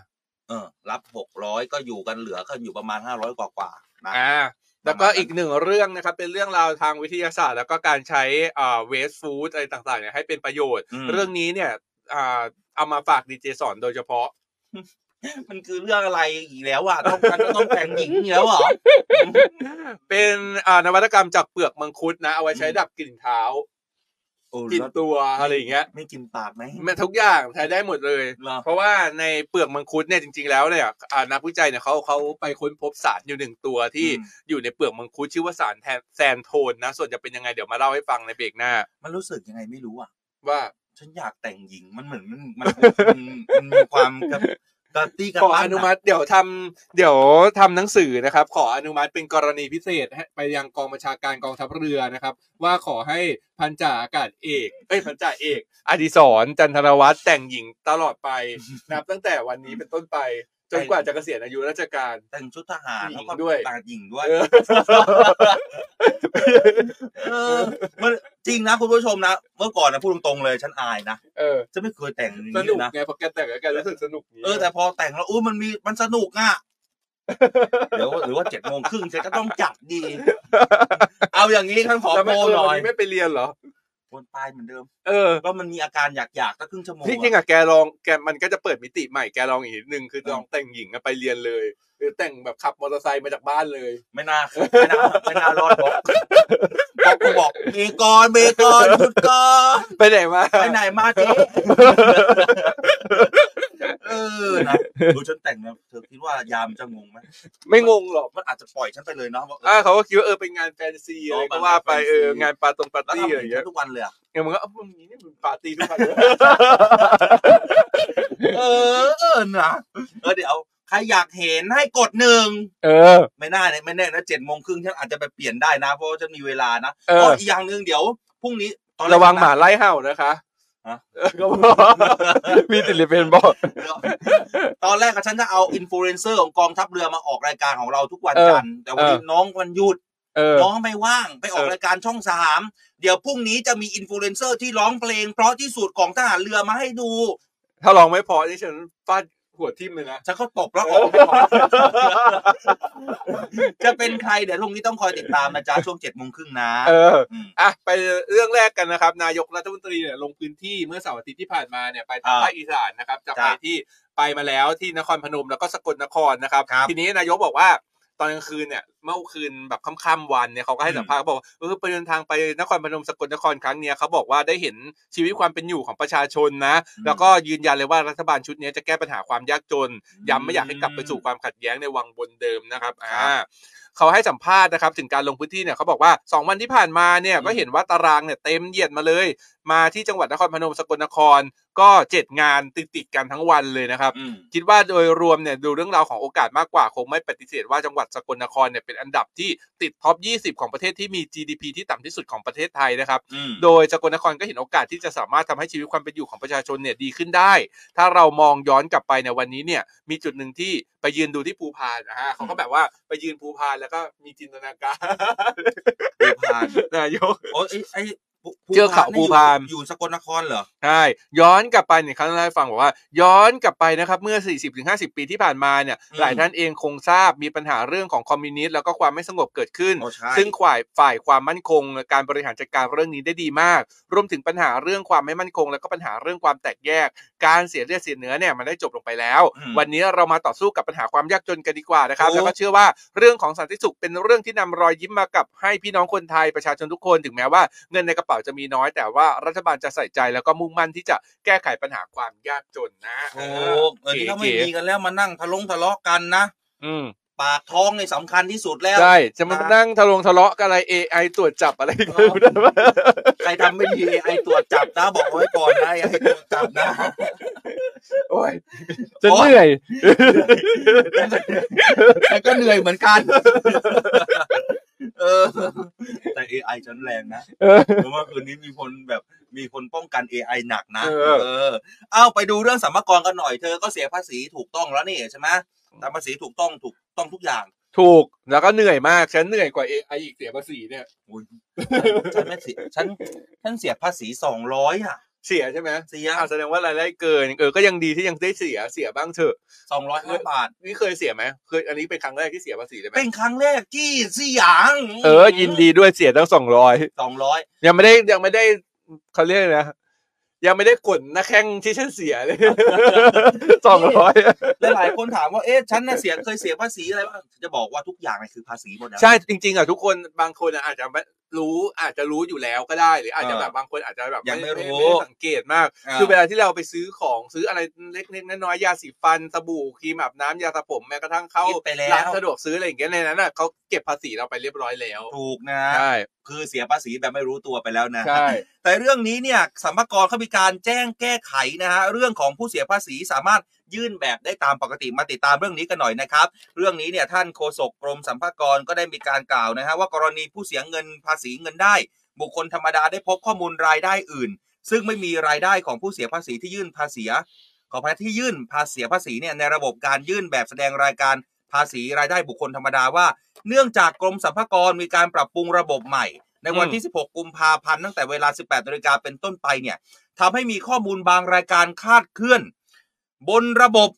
S2: เออ รับหกร้อยก็อยู่กันเหลือก็อยู่ประมาณห้าร้อยกว่ากว่าๆนะ
S3: อ่า แล้วก็
S2: ประมาณนั้น
S3: อีกหนึ่งเรื่องนะครับ เป็นเรื่องราวทางวิทยาศาสตร์ แล้วก็การใช้อ่าเวสต์ฟู้ดอะไรต่างๆเนี่ยให้เป็นประโยชน์
S2: ม
S3: เรื่องนี้เนี่ย อ่า เอามาฝากดีเจสอนโดยเฉพาะ
S2: มันคือเรื่องอะไรอีกแล้วอ่ะต้องการต้องแต่งหญิงอีกแล้วเหรอ
S3: เป็นอ่านวัตกรรมจากเปลือกมังคุดนะ เอาไว้ใช้ดับกลิ่นเท้า
S2: โอ้
S3: กลิ่นตัวอะไรอย่างเงี้ย
S2: ไม่กินปากไหม
S3: แม้ทุกอย่างใช้ได้หมดเลย
S2: เหรอ
S3: เพราะว่าในเปลือกมังคุดเนี่ยจริง ๆ แล้วเนี่ยอ่านักวิจัยเนี่ยเขาเขาไปค้นพบสารอยู่หนึ่งตัวที่
S2: อืม
S3: อยู่ในเปลือกมังคุดชื่อว่าสารแทนแซนโทนนะ ส่วนจะเป็นยังไงเดี๋ยวมาเล่าให้ฟังในเบรกหน้า
S2: มันรู้สึกยังไงไม่รู้อ่ะ
S3: ว่า
S2: ฉันอยากแต่งหญิงมันเหมือนมันมันมันมันมีความกระกระตี้กระ
S3: ขออนุ
S2: ตั้ะ
S3: มัติเดี๋ยวทำเดี๋ยวทำหนังสือนะครับ ขออนุมัติเป็นกรณีพิเศษให้ไปยังกองบัญชาการกองทัพเรือนะครับ ว่าขอให้พันจ่าอากาศเอกเอ้ยพันจ่าเอกอดิศรจันทรวัฒน์แต่งหญิงตลอดไป นับตั้ง แต่วันนี้เป็นต้นไป จนกว่าจะเกษียณอายุราชการ
S2: แต่งชุดทหาร
S3: หญิง
S2: แล้วก็
S3: ด้วย
S2: ต่างหญิงด้วย
S3: เออ
S2: เออมันจริงนะคุณผู้ชมนะเมื่อก่อนนะพูดตรงๆเลยฉันอายนะ
S3: เออ
S2: ฉันไม่เคยแต่งอย่าง
S3: สนุก
S2: นี้นะ
S3: ไงพอแกแต่งแล้วแกรู้สึกสนุกนี้
S2: เออแต่พอแต่งแล้วอู้มันมีมันสนุกอ่ะเดี๋ยวหรือว่าเจ็ดโมงครึ่ งฉันก็ต้องจัดดี เอาอย่างนี้ฉันขอ
S3: แล้ว
S2: โป
S3: ไม่
S2: ร
S3: เออ
S2: หน่
S3: วั
S2: อน ย
S3: นี้ไม่ไปเรียนเหรอ
S2: วนตายเหมือนเดิม
S3: เออ
S2: แล้วมันมีอาการอยากอยากสักครึ่งชั่วโมง
S3: ที่จริง
S2: อะ
S3: อ่ะแกลองแกมันก็จะเปิดมิติใหม่แกลองอีกนิดนึงคือลองแต่งหญิงอะไปเรียนเลย หรือแต่งแบบขับมอเตอร์ไซค์มาจากบ้านเลย
S2: ไม่น่าไม่น่าไม่น่ารอดบอกบอกกูบอกเบรกก่อนเบรกก่อนหยุดก่อน
S3: ไปไหนมา
S2: ไปไหนมาเจ๊เออนะดูฉันแต่งนะเธอคิดว่ายามจะงงไหม
S3: ไม่งงหรอก
S2: มันอาจจะปล่อยฉันไปเลยเนาะว่าเอ
S3: อ่า
S2: อ
S3: เขาก็คิดว่าเออเป็นงานแฟนซี
S2: อ๋อ
S3: อะไรก็ว่าไป
S2: เป็นงานแฟนซี
S3: เอองานปาตรงปาร์
S2: แล้ว
S3: ตี้
S2: ทำ
S3: อะไรอ
S2: อา
S3: ย่ย่าง ง
S2: นี้
S3: เงี้ย
S2: ทุกวันเลยอะ
S3: เนี่ยมันก็เอ้ามึงนี่มึงปาร์ตี้ทุกวันเลย
S2: เออเออนะเออเดี๋ยวใครอยากเห็นให้กดหนึ่ง
S3: เออ
S2: ไม่น่าเนี่ยไม่แน่นะเจ็ดโมงครึ่งฉันอาจจะไปเปลี่ยนได้นะเพราะว่าฉันมีเวลานะ
S3: เออ
S2: ออีกอย่างหนึ่งเดี๋ยวพรุ่งนี้ตอนแก
S3: ระวังหมาไล่เห่านะคะ
S2: ฮะ
S3: เออก็บอกมีติลิเป็นบอก
S2: ตอนแรกอะฉันจะเอาอินฟลูเอนเซอร์ของกองทัพเรือมาออกรายการของเราทุกวันจันทร์แต่วันนี้น้องวันหยุด
S3: เออ
S2: น้องไม่ว่างไปออก
S3: เออ
S2: รายการช่องสามเดี๋ยวพรุ่งนี้จะมีอินฟลูเอนเซอร์ที่ร้องเพลง เพราะที่สุดของทหารเรือมาให้ดู
S3: ถ้าลองไม่พอนี่ฉันฟาดหัวทิ่มเลยนะ
S2: ฉันก็ตบแล้วออกไปก่อน จะเป็นใครเดี๋ยวพรุ่งนี้ต้องคอยติดตามนะจ๊ะช่วงเจ็ดโมงครึ่งนะ
S3: เออ
S2: ม
S3: อ่ะไปเรื่องแรกกันนะครับ นายกรัฐมนตรีเนี่ยลงพื้นที่เมื่อเสาร์อาทิตย์ที่ผ่านมาเนี่ยไปทาง
S2: อ่า
S3: ภาคอีสานนะครับจะไป
S2: จ้ะ
S3: ที่ไปมาแล้วที่นครพนมแล้วก็สกลนครนะครับ
S2: ครับ
S3: ทีนี้นายกบอกว่าตอนกลางคืนเนี่ยเมื่อคืนแบบค่ำๆวันเนี่ยเขาก็ให้
S2: อืม
S3: สัมภาษณ์เขาบอกว่าเออไปเดินทางไปนครพนมสกลนครครั้งเนี้ยเขาบอกว่าได้เห็นชีวิตความเป็นอยู่ของประชาชนนะ แล้วก็ยืนยันเลยว่ารัฐบาลชุดเนี้ยจะแก้ปัญหาความยากจน ย้ำไม่อยากให้กลับไปสู่ความขัดแย้งในวังวนเดิมนะครับอ่าเขาให้สัมภาษณ์นะครับ ถึงการลงพื้นที่เนี่ยเขาบอกว่า 2 วันที่ผ่านมาเนี่ย
S2: อืม
S3: ก็เห็นว่าตารางเนี่ยเต็มเหยียดมาเลย มาที่จังหวัดนครพนมสกลนคร ก็ 7 งานติดติดๆกันทั้งวันเลยนะครับ
S2: อืม
S3: คิดว่าโดยรวมเนี่ยดูเรื่องราวของโอกาสมากกว่า คงไม่ปฏิเสธว่าจังหวัดสกลนครเนี่ยเป็นอันดับที่ติดท็อป 20 ของประเทศที่มี GDP ที่ต่ำที่สุดของประเทศไทยนะครับ
S2: อืม
S3: โดยสกลนครก็เห็นโอกาสที่จะสามารถทำให้ชีวิตความเป็นอยู่ของประชาชนเนี่ยดีขึ้นได้ ถ้าเรามองย้อนกลับไปในยวันนี้เนี่ยมีจุดหนึ่งที่ไปยืนดูที่ภูพานนะฮะเขาก็แบบว่าไปยืนภูพานแล้วก็มีจินตนาการ
S2: ภูพาน
S3: นายก
S2: โอ้ยไอ้ไอ้ภู
S3: เทือกเขาภูพาน
S2: อยู่อยู่สกลนครเหรอ
S3: ใช่ย้อนกลับไปเนี่ยเขาเล่าให้ฟังบอกว่า ย้อนกลับไปนะครับเมื่อ 40-50 ปีที่ผ่านมาเนี่ย
S2: อืม
S3: หลายท่านเองคงทราบมีปัญหาเรื่องของคอมมิวนิสต์แล้วก็ความไม่สงบเกิดขึ้น
S2: อ๋อใช่
S3: ซึ่งฝ่ายฝ่ายความมั่นคงการบริหารจัดการเรื่องนี้ได้ดีมาก รวมถึงปัญหาเรื่องความไม่มั่นคง แล้วก็ปัญหาเรื่องความแตกแยก การเสียเลือดเสียเนื้อเนี่ยมันได้จบลงไปแล้ว
S2: อืม
S3: วันนี้เรามาต่อสู้กับปัญหาความยากจนกันดีกว่านะครับ
S2: โอ้
S3: แล้วก็เชื่อว่าเรื่องของสันติสุขเป็นเรื่องที่นำรอยยิ้มมากับให้พี่น้องคนไทยประชาชนทุกคนถึงแม้ว่าเงินในกระเป๋าจะมีน้อย แต่ว่ารัฐบาลจะใส่ใจแล้วก็มุ่งมั่นที่จะแก้ไขปัญหาความยากจนนะ
S2: โอ้
S3: เอ
S2: เออ
S3: อ
S2: นี่ก็ไม่
S3: เก๋
S2: มีกันแล้วมานั่งทะลงทะเลาะกันนะ
S3: ๆอืม
S2: ปากท้องในสำคัญที่สุดแล้ว
S3: ใช่จะมานั่งทะลงทะเลาะกันอะไร AI ตรวจจับอะไรกันไม่รู้ได้ปะ
S2: ใครทำไม่ดีไอตรวจจับนะ บอกไว้ก่อนนะไอตรวจจับนะ
S3: โอ้ย
S2: จะเหนื่อย ฉันก็เหนื่อยเหมือนกัน เออ แต่ AI ฉันแรงนะ
S3: เออ
S2: เพราะว่าคืนนี้มีคนแบบมีคนป้องกัน AI หนักนะ
S3: เออ
S2: เออ เอาไปดูเรื่องสัมภากรกันหน่อยเธอก็เสียภาษีถูกต้องแล้วนี่ใช่ไหมแต่ภาษีถูกต้องถูกต้องทุกอย่าง
S3: ถูกแล้วก็เหนื่อยมาก ฉันเหนื่อยกว่า AI อีกเสียภาษีเนี่ย
S2: อุ๊ยฉันไม่เสียฉันฉันเสียภาษีสองร้อยอ่ะ
S3: เสียใช่ไหม
S2: เสีย
S3: อ่าแสดงว่ารายได้เกิน เออ ก็ยังดีที่ยังได้เสีย เสียบ้างเถอะ
S2: สองร้อยห้าบาท
S3: นี่เคยเสียไหม เคย อันนี้เป็นครั้งแรกที่เสียภาษีใช่ไหม
S2: เป็นครั้งแรกที่สยาม
S3: เออ ยินดีด้วยเสียตั้งสองร้อย
S2: สองร้อย
S3: ยังไม่ได้ยังไม่ได้เขาเรียกอะไรนะ ยังไม่ได้กดหน้าแข้งที่ฉันเสีย เลย สองร้อย
S2: และหลายคนถามว่า เอ๊ะ ฉันน่ะเสียเคยเสียภาษีอะไรบ้าง จะบอกว่าทุกอย่างเนี่ยคือภาษีหมดนะ
S3: ใช่จริงๆอ่ะทุกคนบางคนอะอาจจะไม่รู้อาจจะรู้อยู่แล้วก็ได้ หรืออาจจะ
S2: เออ
S3: แบบบางคนอาจจะแบบ
S2: ยังไม่รู้
S3: ด้สังเกตมาก
S2: อ่า
S3: คือเวลาที่เราไปซื้อของซื้ออะไรเล็กๆน้อยๆยาสีฟันสบู่ครีมอาบน้ำยาสระผมแม้กระทั่งเข้า
S2: คิดไปแล้
S3: ร้าน
S2: ว
S3: สะดวกซื้ออะไรอย่างเงี้ยในนั้นอ่ะเขาเก็บภาษีเราไปเรียบร้อยแล้ว
S2: ถูกนะ
S3: ใช่
S2: คือเสียภาษีแบบไม่รู้ตัวไปแล้วนะ
S3: ใช่
S2: แต่เรื่องนี้เนี่ยสัมภากรเขามีการแจ้งแก้ไขนะฮะ เรื่องของผู้เสียภาษีสามารถยื่นแบบได้ตามปกติมาติดตามเรื่องนี้กันหน่อยนะครับ เรื่องนี้เนี่ยท่านโฆษกกรมสัมภากรก็ได้มีการกล่าวนะฮะว่ากรณีผู้เสียเงินภาษีเงินได้ บุคคลธรรมดาได้พบข้อมูลรายได้อื่น ซึ่งไม่มีรายได้ของผู้เสียภาษีที่ยื่นภาษีขอพายที่ยื่นภาษีภาษีเนี่ยในระบบการยื่นแบบแสดงรายการภาษีรายได้บุคคลธรรมดาว่า เนื่องจากกรมสรรพากรมีการปรับปรุงระบบใหม่ ในวันที่ 16 กุมภาพันธ์ตั้งแต่เวลา 18นาฬิกาเป็นต้นไปเนี่ยทำให้มีข้อมูลบางรายการคลาดเคลื่อน บนระบบ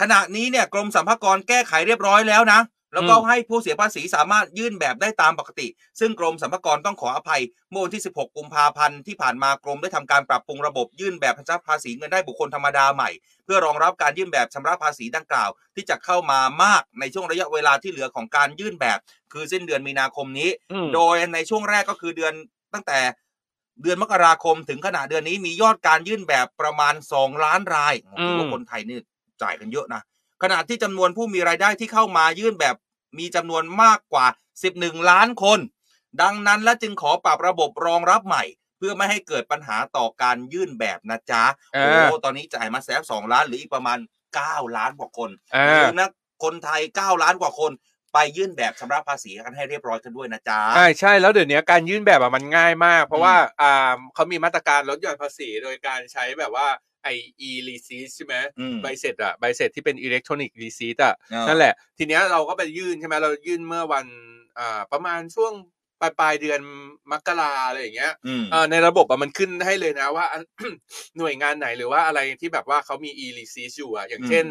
S2: ขณะนี้เนี่ยกรมสรรพากรแก้ไขเรียบร้อยแล้วนะ แล้วก็
S3: อืม
S2: ให้ผู้เสียภาษีสามารถยื่นแบบได้ตามปกติ ซึ่งกรมสรรพากรต้องขออภัย เมื่อวันที่ 16 กุมภาพันธ์ที่ผ่านมากรมได้ทำการปรับปรุงระบบยื่นแบบชำระภาษีเงินได้บุคคลธรรมดาใหม่ เพื่อรองรับการยื่นแบบชำระภาษีดังกล่าว ที่จะเข้ามามากในช่วงระยะเวลาที่เหลือของการยื่นแบบ คือสิ้นเดือนมีนาคมนี้
S3: อืม
S2: โดยในช่วงแรกก็คือเดือนตั้งแต่เดือนมกราคมถึงขณะเดือนนี้มียอดการยื่นแบบประมาณ 2 ล้านราย
S3: อืม
S2: ถือว่าคนไทยนี่จ่ายกันเยอะนะ ขณะที่จำนวนผู้มีรายได้ที่เข้ามายื่นแบบมีจำนวนมากกว่า 11 ล้านคน ดังนั้นและจึงขอปรับระบบรองรับใหม่ เพื่อไม่ให้เกิดปัญหาต่อการยื่นแบบนะจ๊ะ
S3: เอ
S2: โอ้
S3: อ
S2: ตอนนี้จ่ายมาแสนสองล้านหรืออีกประมาณ 9 ล้านกว่าคน
S3: เอ
S2: อย่า
S3: อ
S2: ลืมนะคนไทย 9 ล้านกว่าคน ไปยื่นแบบชำระภาษีกันให้เรียบร้อยกันด้วยนะจ๊ะ
S3: ใช่ใช่แล้วเดี๋ยวนี้การยื่นแบบอะมันง่ายมาก เพราะ
S2: อืม
S3: ว่าอ่าเขามีมาตรการลดหย่อนภาษีโดยการใช้แบบว่าไอ e receipt ใช่ไหม
S2: อืม
S3: ใบเสร็จอะใบเสร็จที่เป็น electronic receipt อะ
S2: เออ
S3: นั่นแหละ ทีเนี้ยเราก็ไปยื่นใช่ไหมเรายื่นเมื่อวันอ่าประมาณช่วงปลายปลายเดือนมกราอะไรอย่างเงี้ย
S2: อืม
S3: เอ่อในระบบอะมันขึ้นให้เลยนะว่าอัน หน่วยงานไหนหรือว่าอะไรที่แบบว่าเขามี e r e c e i t อยู่อะอย่างเช่น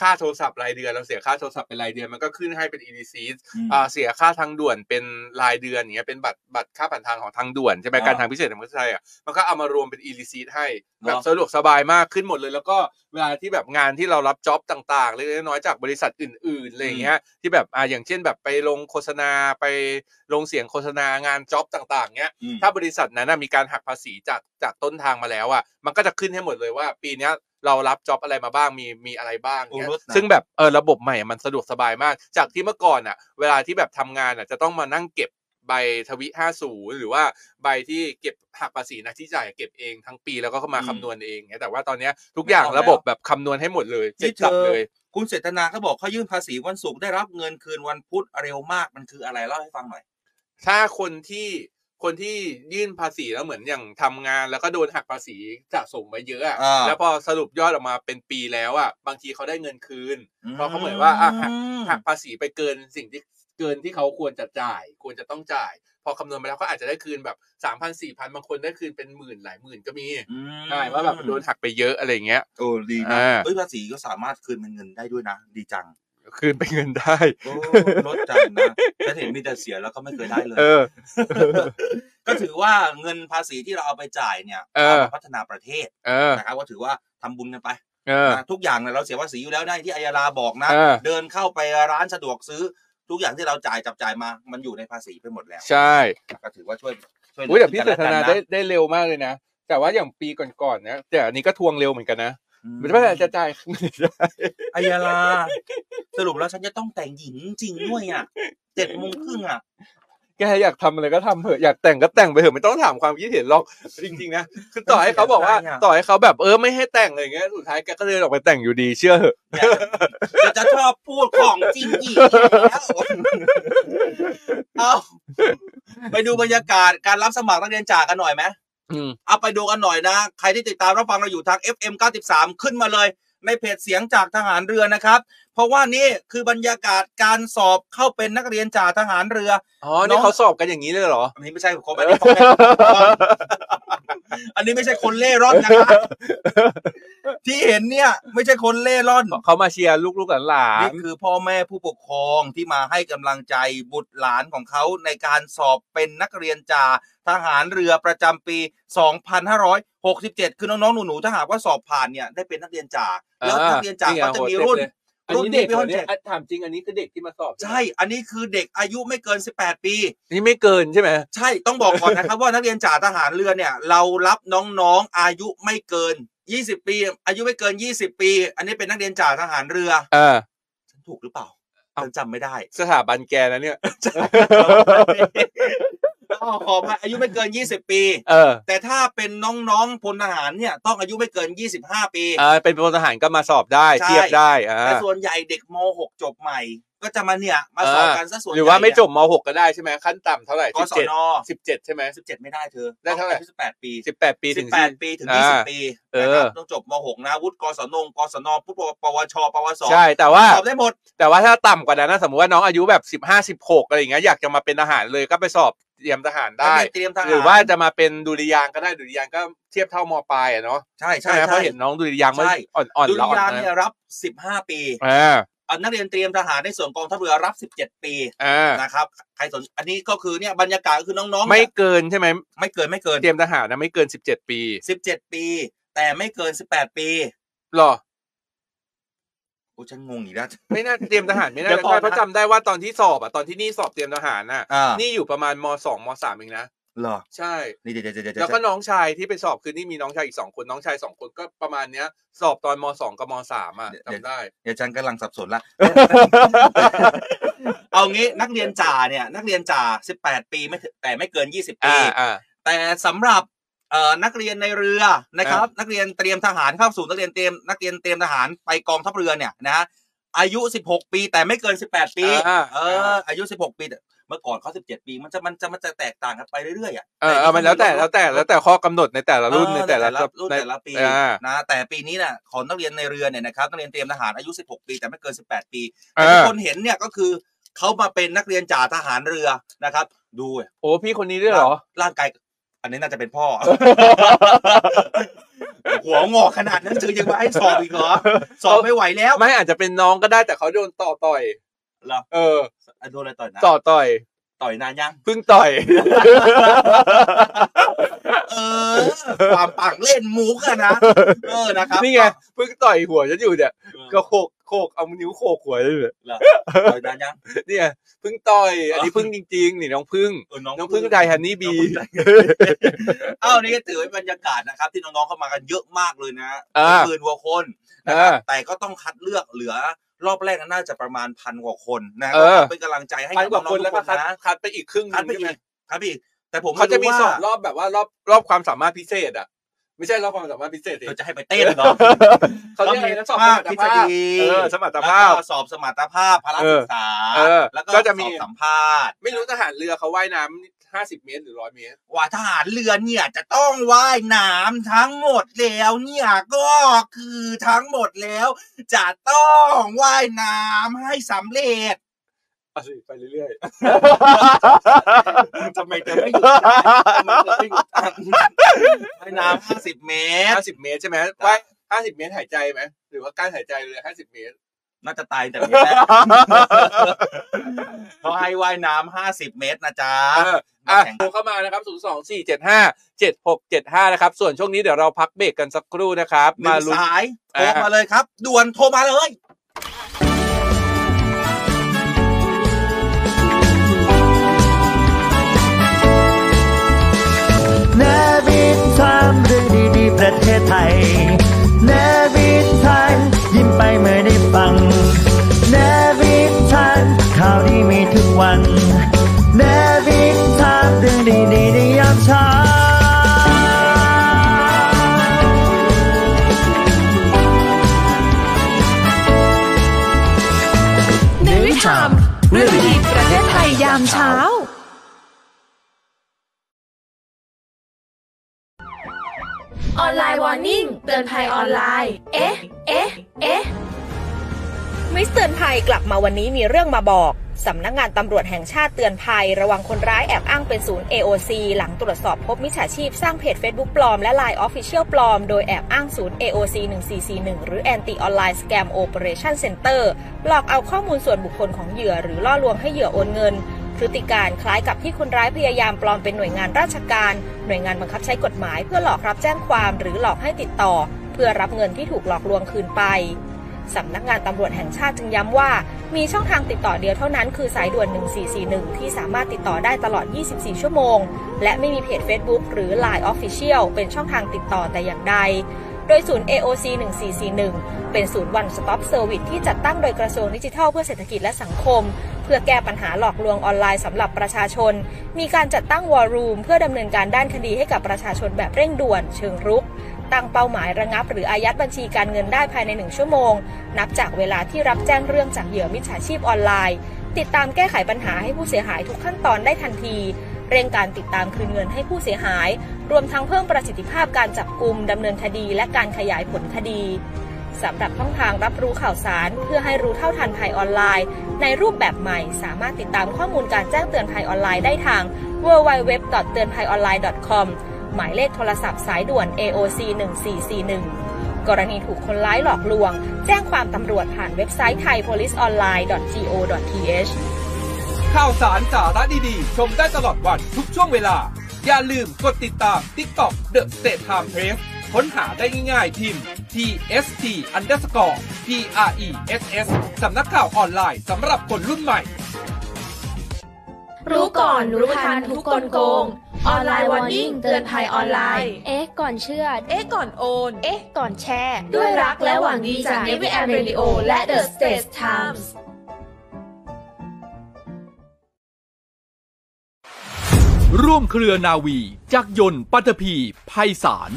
S3: ค่าโทรศัพท์รายเดือนเราเสียค่าโทรศัพท์เป็นรายเดือนมันก็ขึ้นให้เป็น e r e c e i t อ่าเสียค่าทางด่วนเป็นรายเดือนอย่างเงี้ยเป็นบัตรบัตรค่าผ่านทางของทางด่วนใช่ไหม
S2: อ่า
S3: การทางพิเศษของประเทศไทยอ่ะมันก็เอามารวมเป็น e r e c e i t ให้แบบ
S2: เนอะ
S3: สะดวกสบายมากขึ้นหมดเลย แล้วก็เวลาที่แบบงานที่เรารับจ็อบต่างๆเล็กๆน้อยๆจากบริษัทอื่นๆอะไรอย่างเงี้ยที่แบบอ่าอย่างเช่นแบบไปลงโฆษณาไปลงเสียงโฆษณางานจ็อบต่างๆเงี้ย
S2: อืม
S3: ถ้าบริษัทนั้นนะมีการหักภาษีจากจากต้นทางมาแล้วอ่ะมันก็จะขึ้นให้หมดเลยว่า ปีเนี้ยเรารับจ็อบอะไรมาบ้างมีมีอะไรบ้างเงี้ย
S2: โอ้ลดนะ
S3: ซึ่ง ซึ่งแบบเออระบบใหม่อะมันสะดวกสบายมาก จากที่เมื่อก่อนอ่ะ เวลาที่แบบทำงานอ่ะ จะต้องมานั่งเก็บใบทวิ50 หรือว่าใบที่เก็บหักภาษีนะที่จ่ายเก็บเองทั้งปีแล้วก็เข้ามา
S2: อืม
S3: คำนวณเองไงแต่ว่าตอนเนี้ยทุก
S2: ไม่
S3: อย่าง
S2: ต้องแล้ว
S3: ระบบแบบคำนวณให้หมดเลยเสร็จสับเลย
S2: คุณเศรษฐนาเขาบอกเขายื่นภาษีวันศุกร์ได้รับเงินคืนวันพุธเร็วมากมันคืออะไรเล่าให้ฟังหน่อย
S3: ถ้าคนที่คนที่ยื่นภาษีแล้วเหมือนอย่างทำงานแล้วก็โดนหักภาษีสะสมมาเยอะอะ
S2: อ่า
S3: แล้วพอสรุปยอดออกมาเป็นปีแล้วอ่ะบางทีเขาได้เงินคืน เพราะเขาเหมือนว่าอ่ะ หักภาษีไปเกินสิ่งที่เกินที่เขาควรจะจ่าย ควรจะต้องจ่าย พอคำนวณไปแล้วก็อาจจะได้คืนแบบสามพันสี่พันบางคนได้คืนเป็นหมื่นหลายหมื่นก็มี
S2: อืม
S3: ใช่ว่าแบบโดนหักไปเยอะอะไรอย่างเงี้ย
S2: โอ้ดีนะ
S3: อ่า
S2: เอ้ยภาษีก็สามารถคืนเป็นเงินได้ด้วยนะ ดีจัง
S3: คืนไปเงินได้
S2: โอ้ลดจังนะฉันเห็นมีแต่เสียแล้วก็ไม่เคยได้เลย
S3: เออ
S2: ก็ถือว่าเงินภาษีที่เราเอาไปจ่ายเนี่ย
S3: เออ
S2: เอามาพัฒนาประเทศ
S3: เออ
S2: นะครับก็ถือว่าทำบุญกันไป
S3: เออ
S2: นะทุกอย่างเนี่ยเราเสียภาษีอยู่แล้วได้ที่อัยราบอกนะ
S3: เออ
S2: เดินเข้าไปร้านสะดวกซื้อ ทุกอย่างที่เราจ่ายจับจ่ายมา มันอยู่ในภาษีไปหมดแล้ว
S3: ใช่
S2: ก็ถือว่าช่วยช่วยเหลื
S3: อุ้ยแต่พี่
S2: ซึ่ง
S3: เสัท
S2: กั
S3: นา
S2: และกัะ
S3: ได้ได้เร็วมากเลยนะ แต่ว่าอย่างปีก่อนๆนะแต่อันนี้ก็ทวงเร็วเหมือนกันนะ
S2: อื
S3: ไม่ว่าจะจ่าย ไม่ได้
S2: อัยราสรุปแล้วฉันจะต้องแต่งหญิงจริงด้วยอ่ะเจ็ดโมงครึ่งอ่ะ
S3: แกอยากทำอะไรก็ทำเถอะอยากแต่งก็แต่งไปเถอะไม่ต้องถามความคิดเห็นหรอกจริงๆนะคือต่อให้เขาบอกว่า
S2: เสียใจอะ
S3: ต่อให้เขาแบบเออไม่ให้แต่งอะไรอย่างเงี้ยสุดท้ายแกก็เดินออกไปแต่งอยู่ดีเชื่อเถอะ
S2: เนี่ยจะจะชอบพูดของจริงอีกแล้วเอาไปดูบรรยากาศการรับสมัครนักเรียนจากกันหน่อยไหม
S3: อืม
S2: เอาไปดูกันหน่อยนะ ใครที่ติดตามรับฟังเราอยู่ทาง FM 93 ขึ้นมาเลยในเพจเสียงจากทหารเรือนะครับ เพราะว่านี่คือบรรยากาศการสอบเข้าเป็นนักเรียนจ่าทหารเรือ
S3: อ๋อ นี่เขาสอบกันอย่างนี้เลยเหรอ
S2: อันนี้ไม่ใช่คนอันนี้ของแม่อันนี้ไม่ใช่คนเล่ร่อนนะครับที่เห็นเนี่ยไม่ใช่คนเล่ร่อน
S3: เขามาเชียร์ลูกๆหลาน
S2: นี่คือพ่อแม่ผู้ปกครองที่มาให้กำลังใจบุตรหลานของเขาในการสอบเป็นนักเรียนจ่าทหารเรือประจำปี 2567 คือน้องๆ หนูๆ ถ้าหากว่าสอบผ่านเนี่ยได้เป็นนักเรียนจ่า
S3: ๆ
S2: แล้วนักเรียนจ่าก็จะมีรุ่น
S3: อัน
S2: รุ่น
S3: นี้
S2: เด็
S3: เด็
S2: ก
S3: ก
S2: ปีห้อง
S3: เหรอเนี่
S2: เจ็
S3: ย
S2: ด
S3: อ่ะถามจริงอันนี้คือเด็กที่มาสอบ
S2: ใช่ อันนี้คือเด็กอายุไม่เกิน 18 ปี
S3: นี่ไม่เกินใช่ไหม
S2: ใช่ ต้องบอกก่อนนะครับ ว่านักเรียนจ่าทหารเรือเนี่ย เรารับน้องๆ อายุไม่เกิน 20 ปี อายุไม่เกิน 20 ปี อันนี้เป็นนักเรียนจ่าทหารเรือ
S3: เออ
S2: ฉันถูกหรือเปล่า
S3: เอ้า
S2: ฉันจำไม่ได้
S3: สถาบันแกนะ เนี่ย
S2: อ๋อขออภัยอายุไม่เกิน 20 ปี
S3: เออ
S2: แต่ถ้าเป็นน้องๆพลทหารเนี่ย ต้องอายุไม่เกิน 25 ปี
S3: อ่าเป็นพลทหารก็มาสอบได้
S2: ใช่
S3: เทียบได้อ่า
S2: แต่ส่วนใหญ่เด็กม .6 จบใหม่ ก็จะมาเนี่ยมาสอบกันซะส่วน
S3: ห
S2: ใญ่
S3: รือว่าไม่จบม .6 ก็ได้ใช่ไหมขั้นต่ำเท่าไหร่
S2: ก
S3: สิบ
S2: ศ
S3: เจ็ด
S2: น
S3: สิบเจ็ดใช่ไหม
S2: 17 ไม่ได้เธอ
S3: ได้เท่าไหร่
S2: ต้องยุ18 ปี
S3: สิบแปดปีถึง
S2: 18 ปีถึง
S3: อ่า
S2: 20 ปี
S3: เออ
S2: นะครับต้องจบม .6 นะวุฒิกศนงกศนปุ๊บปวช ปวส
S3: ใช่แต่ว่า
S2: สอบได้หมด
S3: แต่ว่าถ้าต่ำกว่านั้นนะสมมติว่าน้องอายุแบบสิบห้าสิบหกอะไรอย่างเงี้ยอยากจะมาเป็นทหารเลยก็ไปสอบเตรียมทหารได้
S2: เตรียมทหาร
S3: หรือว่าจะมาเป็นดุริยางค์ก็ได้ดุริยางค์ก็เทียบเท่ามปลายอะเนาะ
S2: ใช่
S3: ใช่
S2: ใช่
S3: ไหมเพ
S2: ใช่
S3: ราะเห็นน้องดุริยางค์เมื่อ
S2: ใช่
S3: อ่อนๆ
S2: ดุริ
S3: ร้อน
S2: ยางค์
S3: นะ
S2: เนี่ยรับ 15 ปี
S3: อ่า
S2: เอ่อนักเรียนเตรียมทหารในส่วนกองทัพเรือรับ 17 ปี
S3: อ่า
S2: นะครับใครสนอันนี้ก็คือเนี่ยบรรยากาศก็คือน้องๆ
S3: ไม่
S2: เนี่ย
S3: เกินใช่ไหม
S2: ไม่เกินไม่เกิน
S3: เตรียมทหารนะไม่เกินสิบเจ็ดปี
S2: 17 ปี แต่ไม่เกิน 18 ปี
S3: หรอ
S2: โอ้ฉันงงอีกแล้ว
S3: ไม่น่าเตรียมทหารไม่น่า
S2: เดี๋
S3: จะ
S2: ยวก่อน
S3: ได้
S2: นะ
S3: เพราะจำได้ว่าตอนที่สอบอ่ะตอนที่นี่สอบเตรียมทหารน่ะ
S2: อ่า
S3: นี่อยู่ประมาณมสองมสามเองนะ
S2: เหรอ
S3: ใช่
S2: นี่เดี๋ยวเดี๋ยวเดี๋ยว
S3: แล้ว
S2: เดี๋
S3: ก็
S2: ยว
S3: น้องชายที่ไปสอบคือนี่มีน้องชายอีกสองคนน้องชายสองคนก็ประมาณเนี้ย สอบตอนมสองกับมสามอ่ะจำได้
S2: เดี๋ยวฉันกำลังสับสนละ เอางี้นักเรียนจ่าเนี่ยนักเรียนจ่า 18 ปีไม่ถึงแต่ไม่เกิน 20 ปี
S3: อ่าอ่า
S2: แต่สำหรับเอ่อนักเรียนในเรือนะครับ นักเรียนเตรียมทหารเข้าสู่นักเรียนเตรียมนักเรียนเตรียมทหารไปกองทัพเรือเนี่ยนะฮะอายุ 16 ปีแต่ไม่เกิน 18 ปี
S3: อ่า
S2: เอออายุ 16 ปีแต่เมื่อก่อนเขา17 ปีมันจะมันจะมันจะแตกต่างกันไปเรื่อยๆอ่ะ
S3: เออเออมันแล้วแต่แล้วแต่แล้วแต่ข้อกำหนดในแต่ละรุ่น
S2: เออ
S3: ในแต่ละ
S2: รุ่นแต่ละปี
S3: อ่า
S2: นะแต่ปีนี้น่ะของนักเรียนในเรือเนี่ยนะครับนักเรียนเตรียมทหารอายุ 16 ปีแต่ไม่เกิน 18 ปีแต่
S3: อ่า
S2: ที่คนเห็นเนี่ยก็คือเขามาเป็นนักเรียนจ่าทหารเรือนะครับ ดูอ่ะ
S3: โอ้พี่คนนี้ด้วยเหรอ
S2: ร่างกายอันนี้น่าจะเป็นพ่อ หัวงอกขนาดนั้นจึงยังมาให้สอบอีกเหรอ สอบไม่ไหวแล้ว
S3: ไม่อาจจะเป็นน้องก็ได้แต่เขาโดนต่อต่อย
S2: เหรอ
S3: เออ
S2: โดนอะไรต่อยนะ
S3: ต่อต่อย
S2: ต่อยนานยัง
S3: เพึ่ง ต่อย
S2: เออ ความปังเล่นมุกอะนะ เออนะครับ
S3: นี่ไงเพึ่งต่อยหัวฉันอยู่เนี่ยก็โคกโคกเอานิ้วโคกหัวฉันอยู่เลย
S2: เหรอต่อยนานยัง
S3: เนี่ยเพึ่งต่อยอันนี้เพึ่งจริงๆนี่น้องเพึ่ง
S2: เออน้อง
S3: น้องเพึ่งไทยฮันนี่
S2: น้
S3: บี
S2: องพึ่งไทยเอ้านี่ก็ถือเป็นบรรยากาศนะครับ ที่น้องๆเข้ามากันเยอะมากเลยนะ
S3: อ่า
S2: หมื่นกว่าคน
S3: อ่า
S2: แต่ก็ต้องคัดเลือกเหลือรอบแรกน่าจะประมาณพันกว่าคนนะ
S3: เอ
S2: ก็
S3: อ
S2: เป็นกำลังใจให้
S3: พันกว่า
S2: บ
S3: คนแล้วก็
S2: องๆทุ
S3: คัด
S2: นะ
S3: คัดไปอีกครึ่งห
S2: คัด
S3: นึง
S2: ไปอี
S3: ใช่ไหม
S2: กครับพี่แต่ผม
S3: เขาจะมี
S2: ไรู้ว่
S3: สอบรอบแบบว่ารอบรอบความสามารถพิเศษอ่ะ ไม่ใช่รอบความสามารถพิเศษสิ
S2: เราจะให้ไปเต้น เหรอ
S3: เขาเรียกอะไรนะสอบสมรรถ
S2: ทฤษ
S3: ภาพ
S2: ฎี
S3: เออสมรรถภาพ
S2: แล้วก็สอบสมรรถภาพพละศึกษา
S3: เออเออ
S2: แล้วก็
S3: ก็จะมี
S2: สอบสัมภาษณ์
S3: ไม่รู้ทหารเรือเขาว่ายน้ำห้าสิบเมตรหรือร้อยเมตร
S2: ว่าทหารเรือเนี่ยจะต้องว่ายน้ำทั้งหมดแล้วเนี่ยก็คือทั้งหมดแล้ว จะต้องว่ายน้ำให้สำเร็จ
S3: เอาสิไปเรื่อย
S2: ทำไมจะไม่หยุดทำไมจะไม่หยุดว่ายน้ำห้าสิบเม
S3: ๆ
S2: ตร
S3: ห้าสิบเมตรใช่ไหมว่ายห้าสิบเมตรหายใจไหม หรือว่าการหายใจเลยห้าสิบเมตร
S2: น่าจะตายแต่เมตรแรกเขาให้ว่ายน้ำห้าสิบเมตรนะจ๊ะ
S3: เออ อ่ะโทรเข้ามานะครับ 0 2 4 7 5 7 6 7 5 นะครับ ส่วนช่วงนี้เดี๋ยวเราพักเบรกกันสักครู่นะครับ
S2: มา
S3: มาลุ้น
S2: สายโทร
S3: อ่า
S2: มาเลยครับ ด่วนโทรมาเลย
S1: นวิดทามเรื่องดีๆ ประเทศไทยนวิดทามยิ้มไปเมื่อได้ฟังนวิดทามข่าวดีมีทุกวันนวิดทามเรื่องดีๆในยามเช้า
S4: ในวิถามเรื่องดีๆประเทศไทยยามเช้า ออนไลน์วอร์นิ่งเตือนภัยออนไลน์ เอ๊ะ เอ๊ะ เอ๊ะ
S5: มิสเตือนภัยกลับมาวันนี้มีเรื่องมาบอก สำนักงานตำรวจแห่งชาติเตือนภัย ระวังคนร้ายแอบอ้างเป็นศูนย์ AOC หลังตรวจสอบพบมิจฉาชีพสร้างเพจ Facebook ปลอมและ Line Official ปลอม โดยแอบอ้างศูนย์ AOC 1441 หรือ Anti Online Scam Operation Center หลอกเอาข้อมูลส่วนบุคคลของเหยื่อ หรือล่อลวงให้เหยื่อโอนเงิน พฤติการคล้ายกับที่คนร้ายพยายามปลอมเป็นหน่วยงานราชการ หน่วยงานบังคับใช้กฎหมายเพื่อหลอกรับแจ้งความหรือหลอกให้ติดต่อ เพื่อรับเงินที่ถูกหลอกลวงคืนไป สำนักงานตำรวจแห่งชาติจึงย้ำว่า มีช่องทางติดต่อเดียวเท่านั้นคือสายด่วน 1441 ที่สามารถติดต่อได้ตลอด 24 ชั่วโมง และไม่มีเพจ Facebook หรือ Line Official เป็นช่องทางติดต่อแต่อย่างใด โดยศูนย์ AOC 1441 เป็นศูนย์ One Stop Service ที่จัดตั้งโดยกระทรวงดิจิทัลเพื่อเศรษฐกิจและสังคม เพื่อแก้ปัญหาหลอกลวงออนไลน์สำหรับประชาชน มีการจัดตั้งวอร์รูมเพื่อดำเนินการด้านคดีให้กับประชาชนแบบเร่งด่วน เชิงรุก ตั้งเป้าหมายระงับ หรืออายัดบัญชีการเงินได้ภายใน 1 ชั่วโมง นับจากเวลาที่รับแจ้งเรื่องจากเหยื่อมิจฉาชีพออนไลน์ ติดตามแก้ไขปัญหาให้ผู้เสียหายทุกขั้นตอนได้ทันที เร่งการติดตามคืนเงินให้ผู้เสียหาย รวมทั้งเพิ่มประสิทธิภาพการจับกลุ่มดำเนินคดี และการขยายผลคดีสำหรับช่องทางรับรู้ข่าวสาร เพื่อให้รู้เท่าทันภัยออนไลน์ ในรูปแบบใหม่สามารถติดตามข้อมูลการแจ้งเตือนภัยออนไลน์ได้ทาง www.ตือนภัยออนไลน์ .com หมายเลขโทรศัพท์สายด่วน AOC 1441 กรณีถูกคนร้ายหลอกลวง แจ้งความตำรวจผ่านเว็บไซต์ไทย policeonline.go.th
S3: ข่าวสารสาระดีๆ ชมได้ตลอดวันทุกช่วงเวลา อย่าลืมกดติดตาม TikTok The State Time Press ค้นหาได้ง่ายๆทีม TST underscore PRESS สำนักข่าวออนไลน์สำหรับคนรุ่นใหม่
S4: รู้ก่อนรู้ทันทุกกลโกง ออนไลน์วอร์นิ่งเตือนภัยออนไลน์
S6: เอ๊ะ ก่อนเชื่อ
S7: เอ๊ะก่อนโอน
S6: เอ๊ะ ก่อนแชร์
S4: ด้วยรักและหวังดีจากเนวิแอมเรดิโอและเดอะสเตทไทมส์
S8: ร่วมเครือนาวีจักรยนต์ปัตภีภัยสาร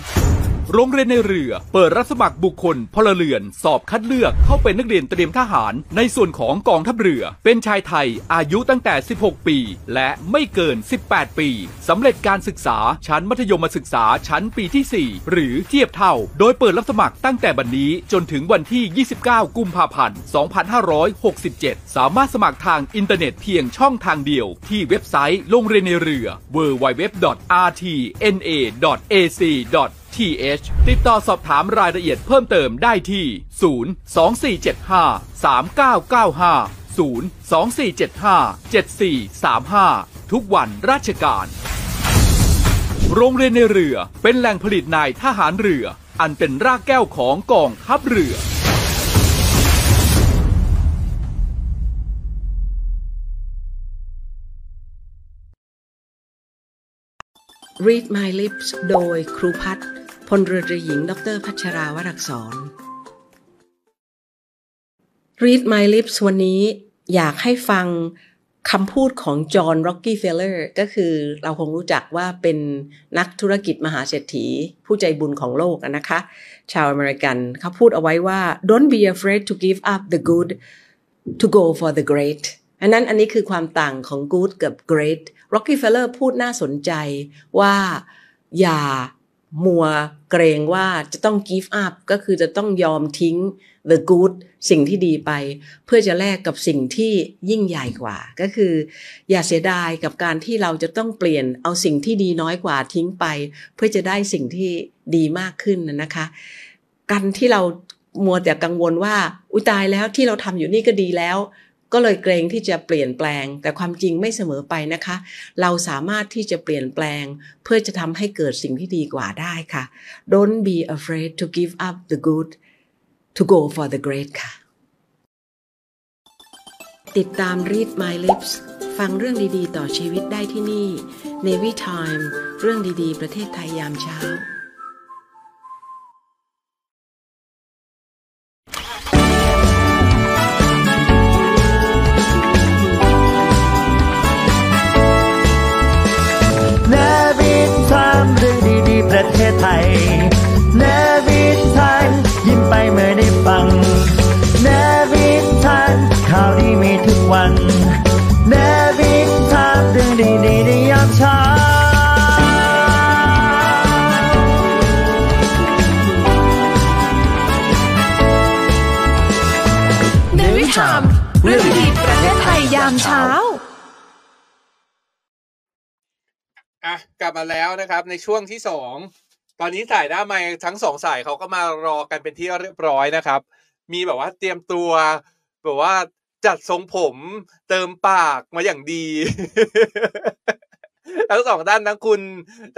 S8: โรงเรียนในเรือ เปิดรับสมัครบุคคลพลเรือน สอบคัดเลือกเข้าเป็นนักเรียนเตรียมทหาร ในส่วนของกองทัพเรือ เป็นชายไทยอายุตั้งแต่ 16 ปี และไม่เกิน 18 ปีสำเร็จการศึกษาชั้นมัธยมศึกษาชั้นปีที่ 4 หรือเทียบเท่า โดยเปิดรับสมัครตั้งแต่บัดนนี้จนถึงวันที่ 29 กุมภาพันธ์ 2567 สามารถสมัครทางอินเทอร์เน็ตเพียงช่องทางเดียว ที่เว็บไซต์โรงเรียนในเรือ www.rtna.ac. th ติดต่อสอบถามรายละเอียดเพิ่มเติมได้ที่ 02475 3995 02475 7435 ทุกวันราชการ โรงเรียนในเรือเป็นแหล่งผลิตนายทหารเรือ อันเป็นรากแก้วของกองทัพเรือ
S9: Read My Lips โดยครูพัฒน์พลเรือตรีหญิง ดรพัชราวรักษร Read My Lips วันนี้อยากให้ฟังคำพูดของจอห์นร็อกกี้เฟลเลอร์ก็คือเราคงรู้จักว่าเป็นนักธุรกิจมหาเศรษฐี ผู้ใจบุญของโลกอะนะคะ ชาวอเมริกันเขาพูดเอาไว้ว่า don't be afraid to give up the good to go for the great อันนั้นอันนี้คือความต่างของ good กับ great Rockefeller พูดน่าสนใจว่าอย่ามัวเกรงว่าจะต้อง give up ก็คือจะต้องยอมทิ้ง the good สิ่งที่ดีไป เพื่อจะแลกกับสิ่งที่ยิ่งใหญ่กว่า ก็คือ อย่าเสียดายกับการที่เราจะต้องเปลี่ยนเอาสิ่งที่ดีน้อยกว่าทิ้งไป เพื่อจะได้สิ่งที่ดีมากขึ้นน่ะนะคะ การที่เรามัวแต่กังวลว่า อุ้ยตายแล้วที่เราทำอยู่นี่ก็ดีแล้ว ก็เลยเกรงที่จะเปลี่ยนแปลง แต่ความจริงไม่เสมอไปนะคะ เราสามารถที่จะเปลี่ยนแปลง เพื่อจะทำให้เกิดสิ่งที่ดีกว่าได้ค่ะ Don't be afraid to give up the good to go for the great ค่ะ ติดตาม Read My Lips ฟังเรื่องดีๆ ต่อชีวิตได้ที่นี่ Navy Time เรื่องดีๆ ประเทศไทยยามเช้า
S1: นวิดทามเรื่องดีๆประเทศไทยนวิดทามยิ้มไปเมื่อได้ฟังนวิดทามข่าวดีมีทุกวันนวิดทามเรื่องดีๆในยามเช้า
S7: ในวิชามเรื่องดีๆประเทศไทยยามเช้า
S3: อ่ะกลับมาแล้วนะครับในช่วงที่สองตอนนี้สายหน้าไม้ทั้งสองสายเขาก็มารอกันเป็นที่เรียบร้อยนะครับ มีแบบว่าเตรียมตัวแบบว่าจัดทรงผมเติมปากมาอย่างดี ทั้งสองด้านทั้งคุณ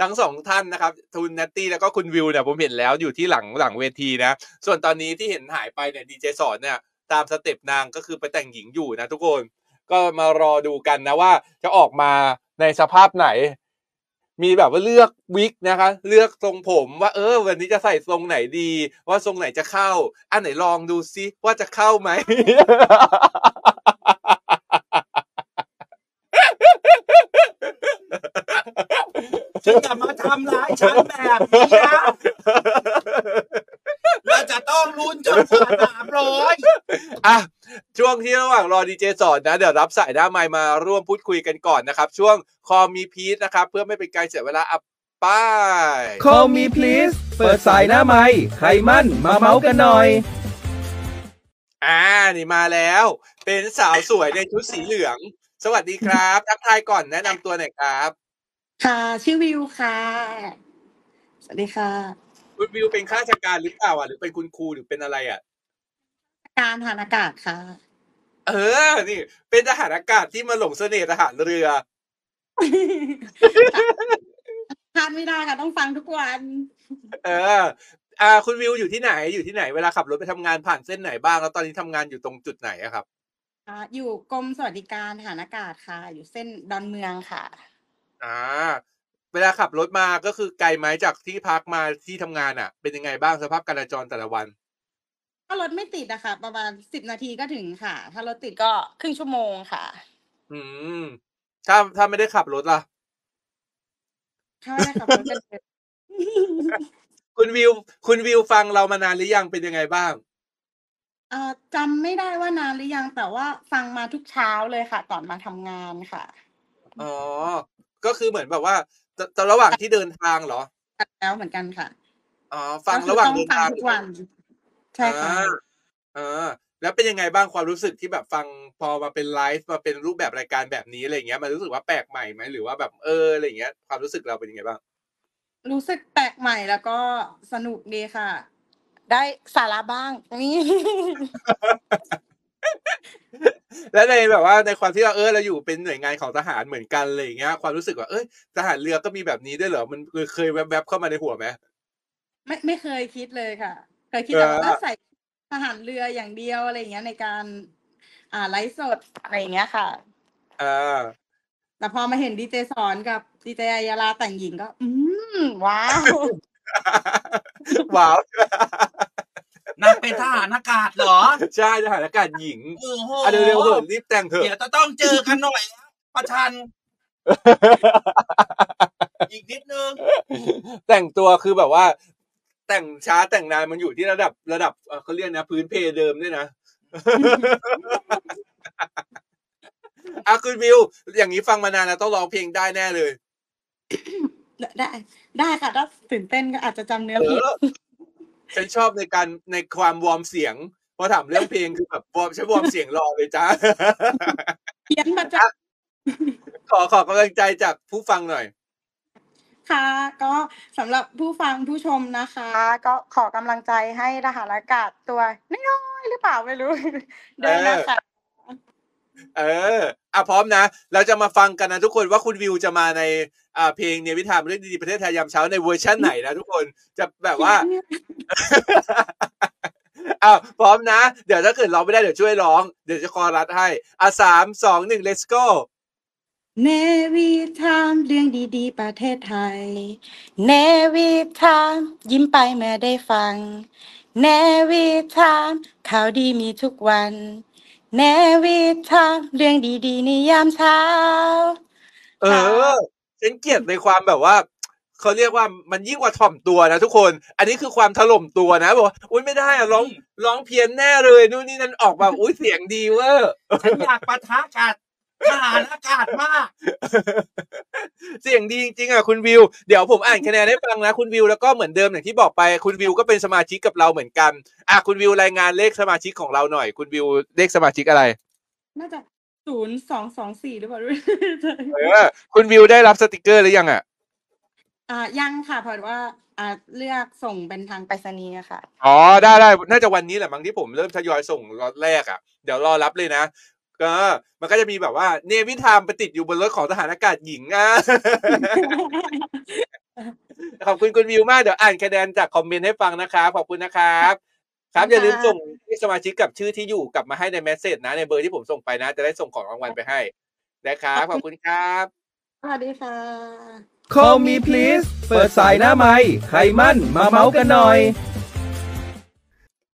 S3: ทั้งสองท่านนะครับคุณนัตตี้แล้วก็คุณวิวเนี่ยผมเห็นแล้วอยู่ที่หลังหลังเวทีนะ ส่วนตอนนี้ที่เห็นหายไปเนี่ยดีเจสอนเนี่ยตามสเต็ปนางก็คือไปแต่งหญิงอยู่นะทุกคน ก็มารอดูกันนะว่าจะออกมาในสภาพไหน มีแบบว่าเลือกวิกนะคะ เลือกทรงผมว่าเออ วันนี้จะใส่ทรงไหนดี ว่าทรงไหนจะเข้า อันไหนลองดูซิว่าจะเข้าไหม
S2: ฉันจะมาทำร้ายฉันแบบนี้นะเราจะต้องลุ้นจนกว่าสามร้อย
S3: อ่ะช่วงที่ระหว่างรอดีเจสอนนะเดี๋ยวรับสายหน้าไมค์มาร่วมพูดคุยกันก่อนนะครับ ช่วงคอมีพีทนะครับ เพื่อไม่เป็นการเสียเวลาอับป้าย
S10: Call me please เปิดสายหน้าไม้ใครมั่นมาเมาส์กันหน่อย
S3: อ่านี่มาแล้ว เป็นสาวสวยในชุดสีเหลือง สวัสดีครับทักทายก่อนแนะนำตัวหน่อยครับ
S11: ค่ะ ชื่อวิวค่ะ สวัสดีค่ะ
S3: คุณวิวเป็นข้าราชการหรือเปล่าอ่ะหรือเป็นคุณครูหรือเป็นอะไรอ่ะ
S9: การทานอากาศค่ะ
S3: เออ นี่ เป็นทหารอากาศที่มาหลงเสน่ห์ทหารเรือ
S9: ทานไม่ได้ค่ะต้องฟังทุกวัน
S3: เออ อ่า คุณวิวอยู่ที่ไหน อยู่ที่ไหน เวลาขับรถไปทำงานผ่านเส้นไหนบ้าง แล้วตอนนี้ทำงานอยู่ตรงจุดไหนอะครับ
S9: อ่าอยู่กรมสวัสดิการทหารอากาศค่ะ อยู่เส้นดอนเมืองค่ะ
S3: อ่า เวลาขับรถมาก็คือไกลไหมจากที่พักมาที่ทำงานอ่ะ เป็นยังไงบ้างสภาพการจราจรแต่ละวัน
S9: ถ้ารถไม่ติดอะค่ะ ประมาณสิบนาทีก็ถึงค่ะ ถ้ารถติดก็ครึ่งชั่วโมงค่ะ
S3: อืม ถ้าถ้าไม่ได้ขับรถล่ะ
S9: ถ้าไม่ได้ขับรถก็เลย
S3: คุณวิว คุณวิวฟังเรามานานหรือยังเป็นยังไงบ้าง
S9: อ่าจำไม่ได้ว่านานหรือยังแต่ว่าฟังมาทุกเช้าเลยค่ะ ก่อนมาทำงานค่ะ
S3: อ๋อ ก็คือเหมือนแบบว่าตตอนระหว่างที่เดินทางเหรอ
S9: แล้วเหมือนกันค่ะ
S3: อ๋อ ฟัง
S9: ก็คือ
S3: ระหว่าง
S9: ต้อ
S3: เดิน
S9: ฟั
S3: ทาง
S9: ทุกวัน ใช่ค่ะ
S3: อ่าอ่าแล้วเป็นยังไงบ้างความรู้สึกที่แบบฟังพอมาเป็นไลฟ์มาเป็นรูปแบบรายการแบบนี้อะไรอย่างเงี้ยมันรู้สึกว่าแปลกใหม่ไหมหรือว่าแบบเอออะไรอย่างเงี้ย ความรู้สึกเราเป็นยังไงบ้าง
S9: รู้สึกแปลกใหม่แล้วก็สนุกดีค่ะ ได้สาระบ้างนี่
S3: และในแบบว่าในความที่เราเออเราอยู่เป็นหน่วยงานของทหารเหมือนกันอะไรอย่างเงี้ย ความรู้สึกว่าเอ้ยทหารเรือก็มีแบบนี้ด้วยเหรอมันเคยแวบๆเข้ามาในหัวไหม
S9: ไม่ไม่เคยคิดเลยค่ะ เคยคิดแต่ว่า
S3: เออ
S9: เอ้ยใส่ทหารเรืออย่างเดียวอะไรอย่างเงี้ยในการ อ่าไลฟ์สดอะไรอย่างเงี้ยค่ะ
S3: อ่ า
S9: แต่พอมาเห็นดีเจสอนกับดีเจอัยยาลาแต่งหญิงก็ อืมว้าว
S3: ว้าว
S2: นางเป็นทหารอากาศเหรอ
S3: ใช่ทหารอากาศหญิง
S2: โอ้โห
S3: อ่ะเร็วๆเถอะรีบแต่งเถอะ
S2: เดี๋ยวจะต้องเจอกันหน่อยแล้วประชัน อีกนิดนึง
S3: แต่งตัวคือแบบว่า แต่งช้าแต่งนานมันอยู่ที่ระดับระดับเอ่อเขาเรียกนะพื้นเพเดิมด้วยนะ อ่ะคุณวิว อย่างนี้ฟังมานานแล้วต้องร้องเพลงได้แน่เลย
S9: ได้ ได้ค่ะถ้าตื่นเต้นก็อาจจะจำเนื้อผิด
S3: ฉันชอบในการในความวอร์มเสียงพอถามเรื่องเพลงคือแบบวอร์มใช้วอร์มเสียงรอเลยจ้า
S9: เขียนมาจาก
S3: ขอขอกำลังใจจากผู้ฟังหน่อย
S9: ค่ะก็สำหรับผู้ฟังผู้ชมนะคะ ก็ขอกำลังใจให้ทหารอากาศตัวน้อยๆหรือเปล่า ไม่รู้ เดินนะคะ
S3: เออ อ่ะพร้อมนะ เราจะมาฟังกันนะทุกคนว่าคุณวิวจะมาในอ่าเพลงเนวิธามเรื่องดีๆประเทศไทยยามเช้าในเวอร์ชันไหนนะทุกคนจะแบบว่า อ้าวพร้อมนะ เดี๋ยวถ้าเกิดร้องไม่ได้เดี๋ยวช่วยร้อง เดี๋ยวจะคอรัดให้ อ่ะสามสองหนึ่ง let's go
S9: เนวีทามเรื่องดีๆ ประเทศไทย เนวีทามยิ้มไปเมื่อได้ฟัง เนวีทามข่าวดีมีทุกวัน เนวีทามเรื่องดีๆในยามเช้า
S3: เออ ฉันเกลียดในความแบบว่า เขาเรียกว่ามันยิ่งกว่าถ่อมตัวนะทุกคน อันนี้คือความถล่มตัวนะบอกว่าอุ้ยไม่ได้อะร้องร้องเพี้ยนแน่เลยนู่นนี่นั่นออกแบบอุ้ยเสียงดีเวอร์
S2: ฉันอยากปะทะกับทหารอากาศมาก
S3: เสียงดีจริงๆอ่ะคุณวิว เดี๋ยวผมอ่านคะแนนให้ฟังนะคุณวิวแล้วก็เหมือนเดิมอย่างที่บอกไป คุณวิวก็เป็นสมาชิกกับเราเหมือนกันอ่ะคุณวิวรายงานเลขสมาชิกของเราหน่อย คุณวิวเลขสมาชิกอะไร
S9: น่าจะศูนย์สองสองสี่หรือเปล่า
S3: เออ คุณวิวได้รับสติกเกอร์หรือยังอ่ะ
S9: อ่ายังค่ะเพราะว่าอ่าเลือกส่งเป็นทางไปรษณีย์อะค่ะ
S3: อ๋อได้ได้น่าจะวันนี้แหละมั้งที่ผมเริ่มทยอยส่งล็อตแรกอ่ะเดี๋ยวรอรับเลยนะก็มันก็จะมีแบบว่าเนวิทามไปติดอยู่บนรถของทหารอากาศหญิงอ่ะ ขอบคุณคุณวิวมากเดี๋ยวอ่านคะแนนจากคอมเมนต์ให้ฟังนะครับขอบคุณนะครับ ครับอย่าลืมส่งที่สมาชิกกับชื่อที่อยู่กลับมาให้ในเมสเซจนะ ในเบอร์ที่ผมส่งไปนะ จะได้ส่งของรางวัลไปให้นะครับขอบคุณครับ
S9: สวัสดีค่ะ
S8: Call me please เปิดสายหน้าไม้ไขมันมาเมาส์กันหน่อย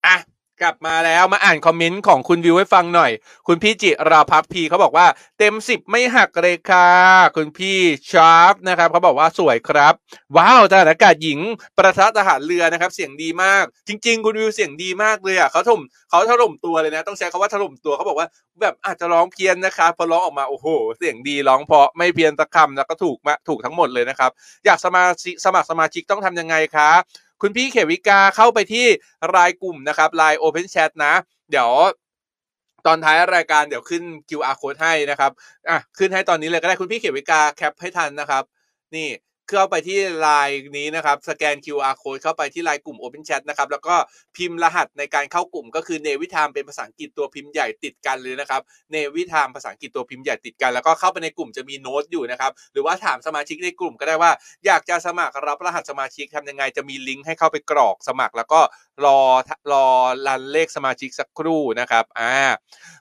S3: อ่ะกลับมาแล้วมาอ่านคอมเมนต์ของคุณวิวให้ฟังหน่อย คุณพี่จิราพักพีเขาบอกว่า เต็มสิบไม่หักเลยค่ะ คุณพี่ชาร์ปนะครับเขาบอกว่าสวยครับ ว้าวทหารอากาศหญิง ประทัดทหารเรือนะครับ เสียงดีมาก จริง ๆ คุณวิวเสียงดีมากเลยอ่ะเขาถล่มเขาถล่มตัวเลยนะ ต้องใช้คาว่าถล่มตัวเขาบอกว่า แบบอาจจะร้องเพี้ยนนะคะพอร้องออกมาโอ้โห เสียงดีร้องเพราะไม่เพี้ยนสักคำแล้วก็ถูกมาถูกทั้งหมดเลยนะครับ อยากสมาชิกสมัครสมาชิกต้องทำยังไงคะ คุณพี่เขวิกาเข้าไปที่รายกลุ่มนะครับราย Open Chat นะ เดี๋ยวตอนท้ายรายการเดี๋ยวขึ้น QR code ให้นะครับ อ่ะ ขึ้นให้ตอนนี้เลยก็ได้คุณพี่เขวิกาแคปให้ทันนะครับ นี่ เข้าไปที่ไลน์นี้นะครับสแกน QR code เข้าไปที่ไลน์กลุ่ม Open Chat นะครับแล้วก็พิมพ์รหัสในการเข้ากลุ่มก็คือเนวิทามเป็นภาษาอังกฤษตัวพิมพ์ใหญ่ติดกันเลยนะครับเนวิทามภาษาอังกฤษตัวพิมพ์ใหญ่ติดกัน แล้วก็เข้าไปในกลุ่มจะมีโน้ตอยู่นะครับหรือว่าถามสมาชิกในกลุ่มก็ได้ว่า อยากจะสมัครรับรหัสสมาชิกทำยังไงจะมีลิงก์ให้เข้าไปกรอกสมัคร แล้วก็รอรอรันเลขสมาชิกสักครู่นะครับอ่า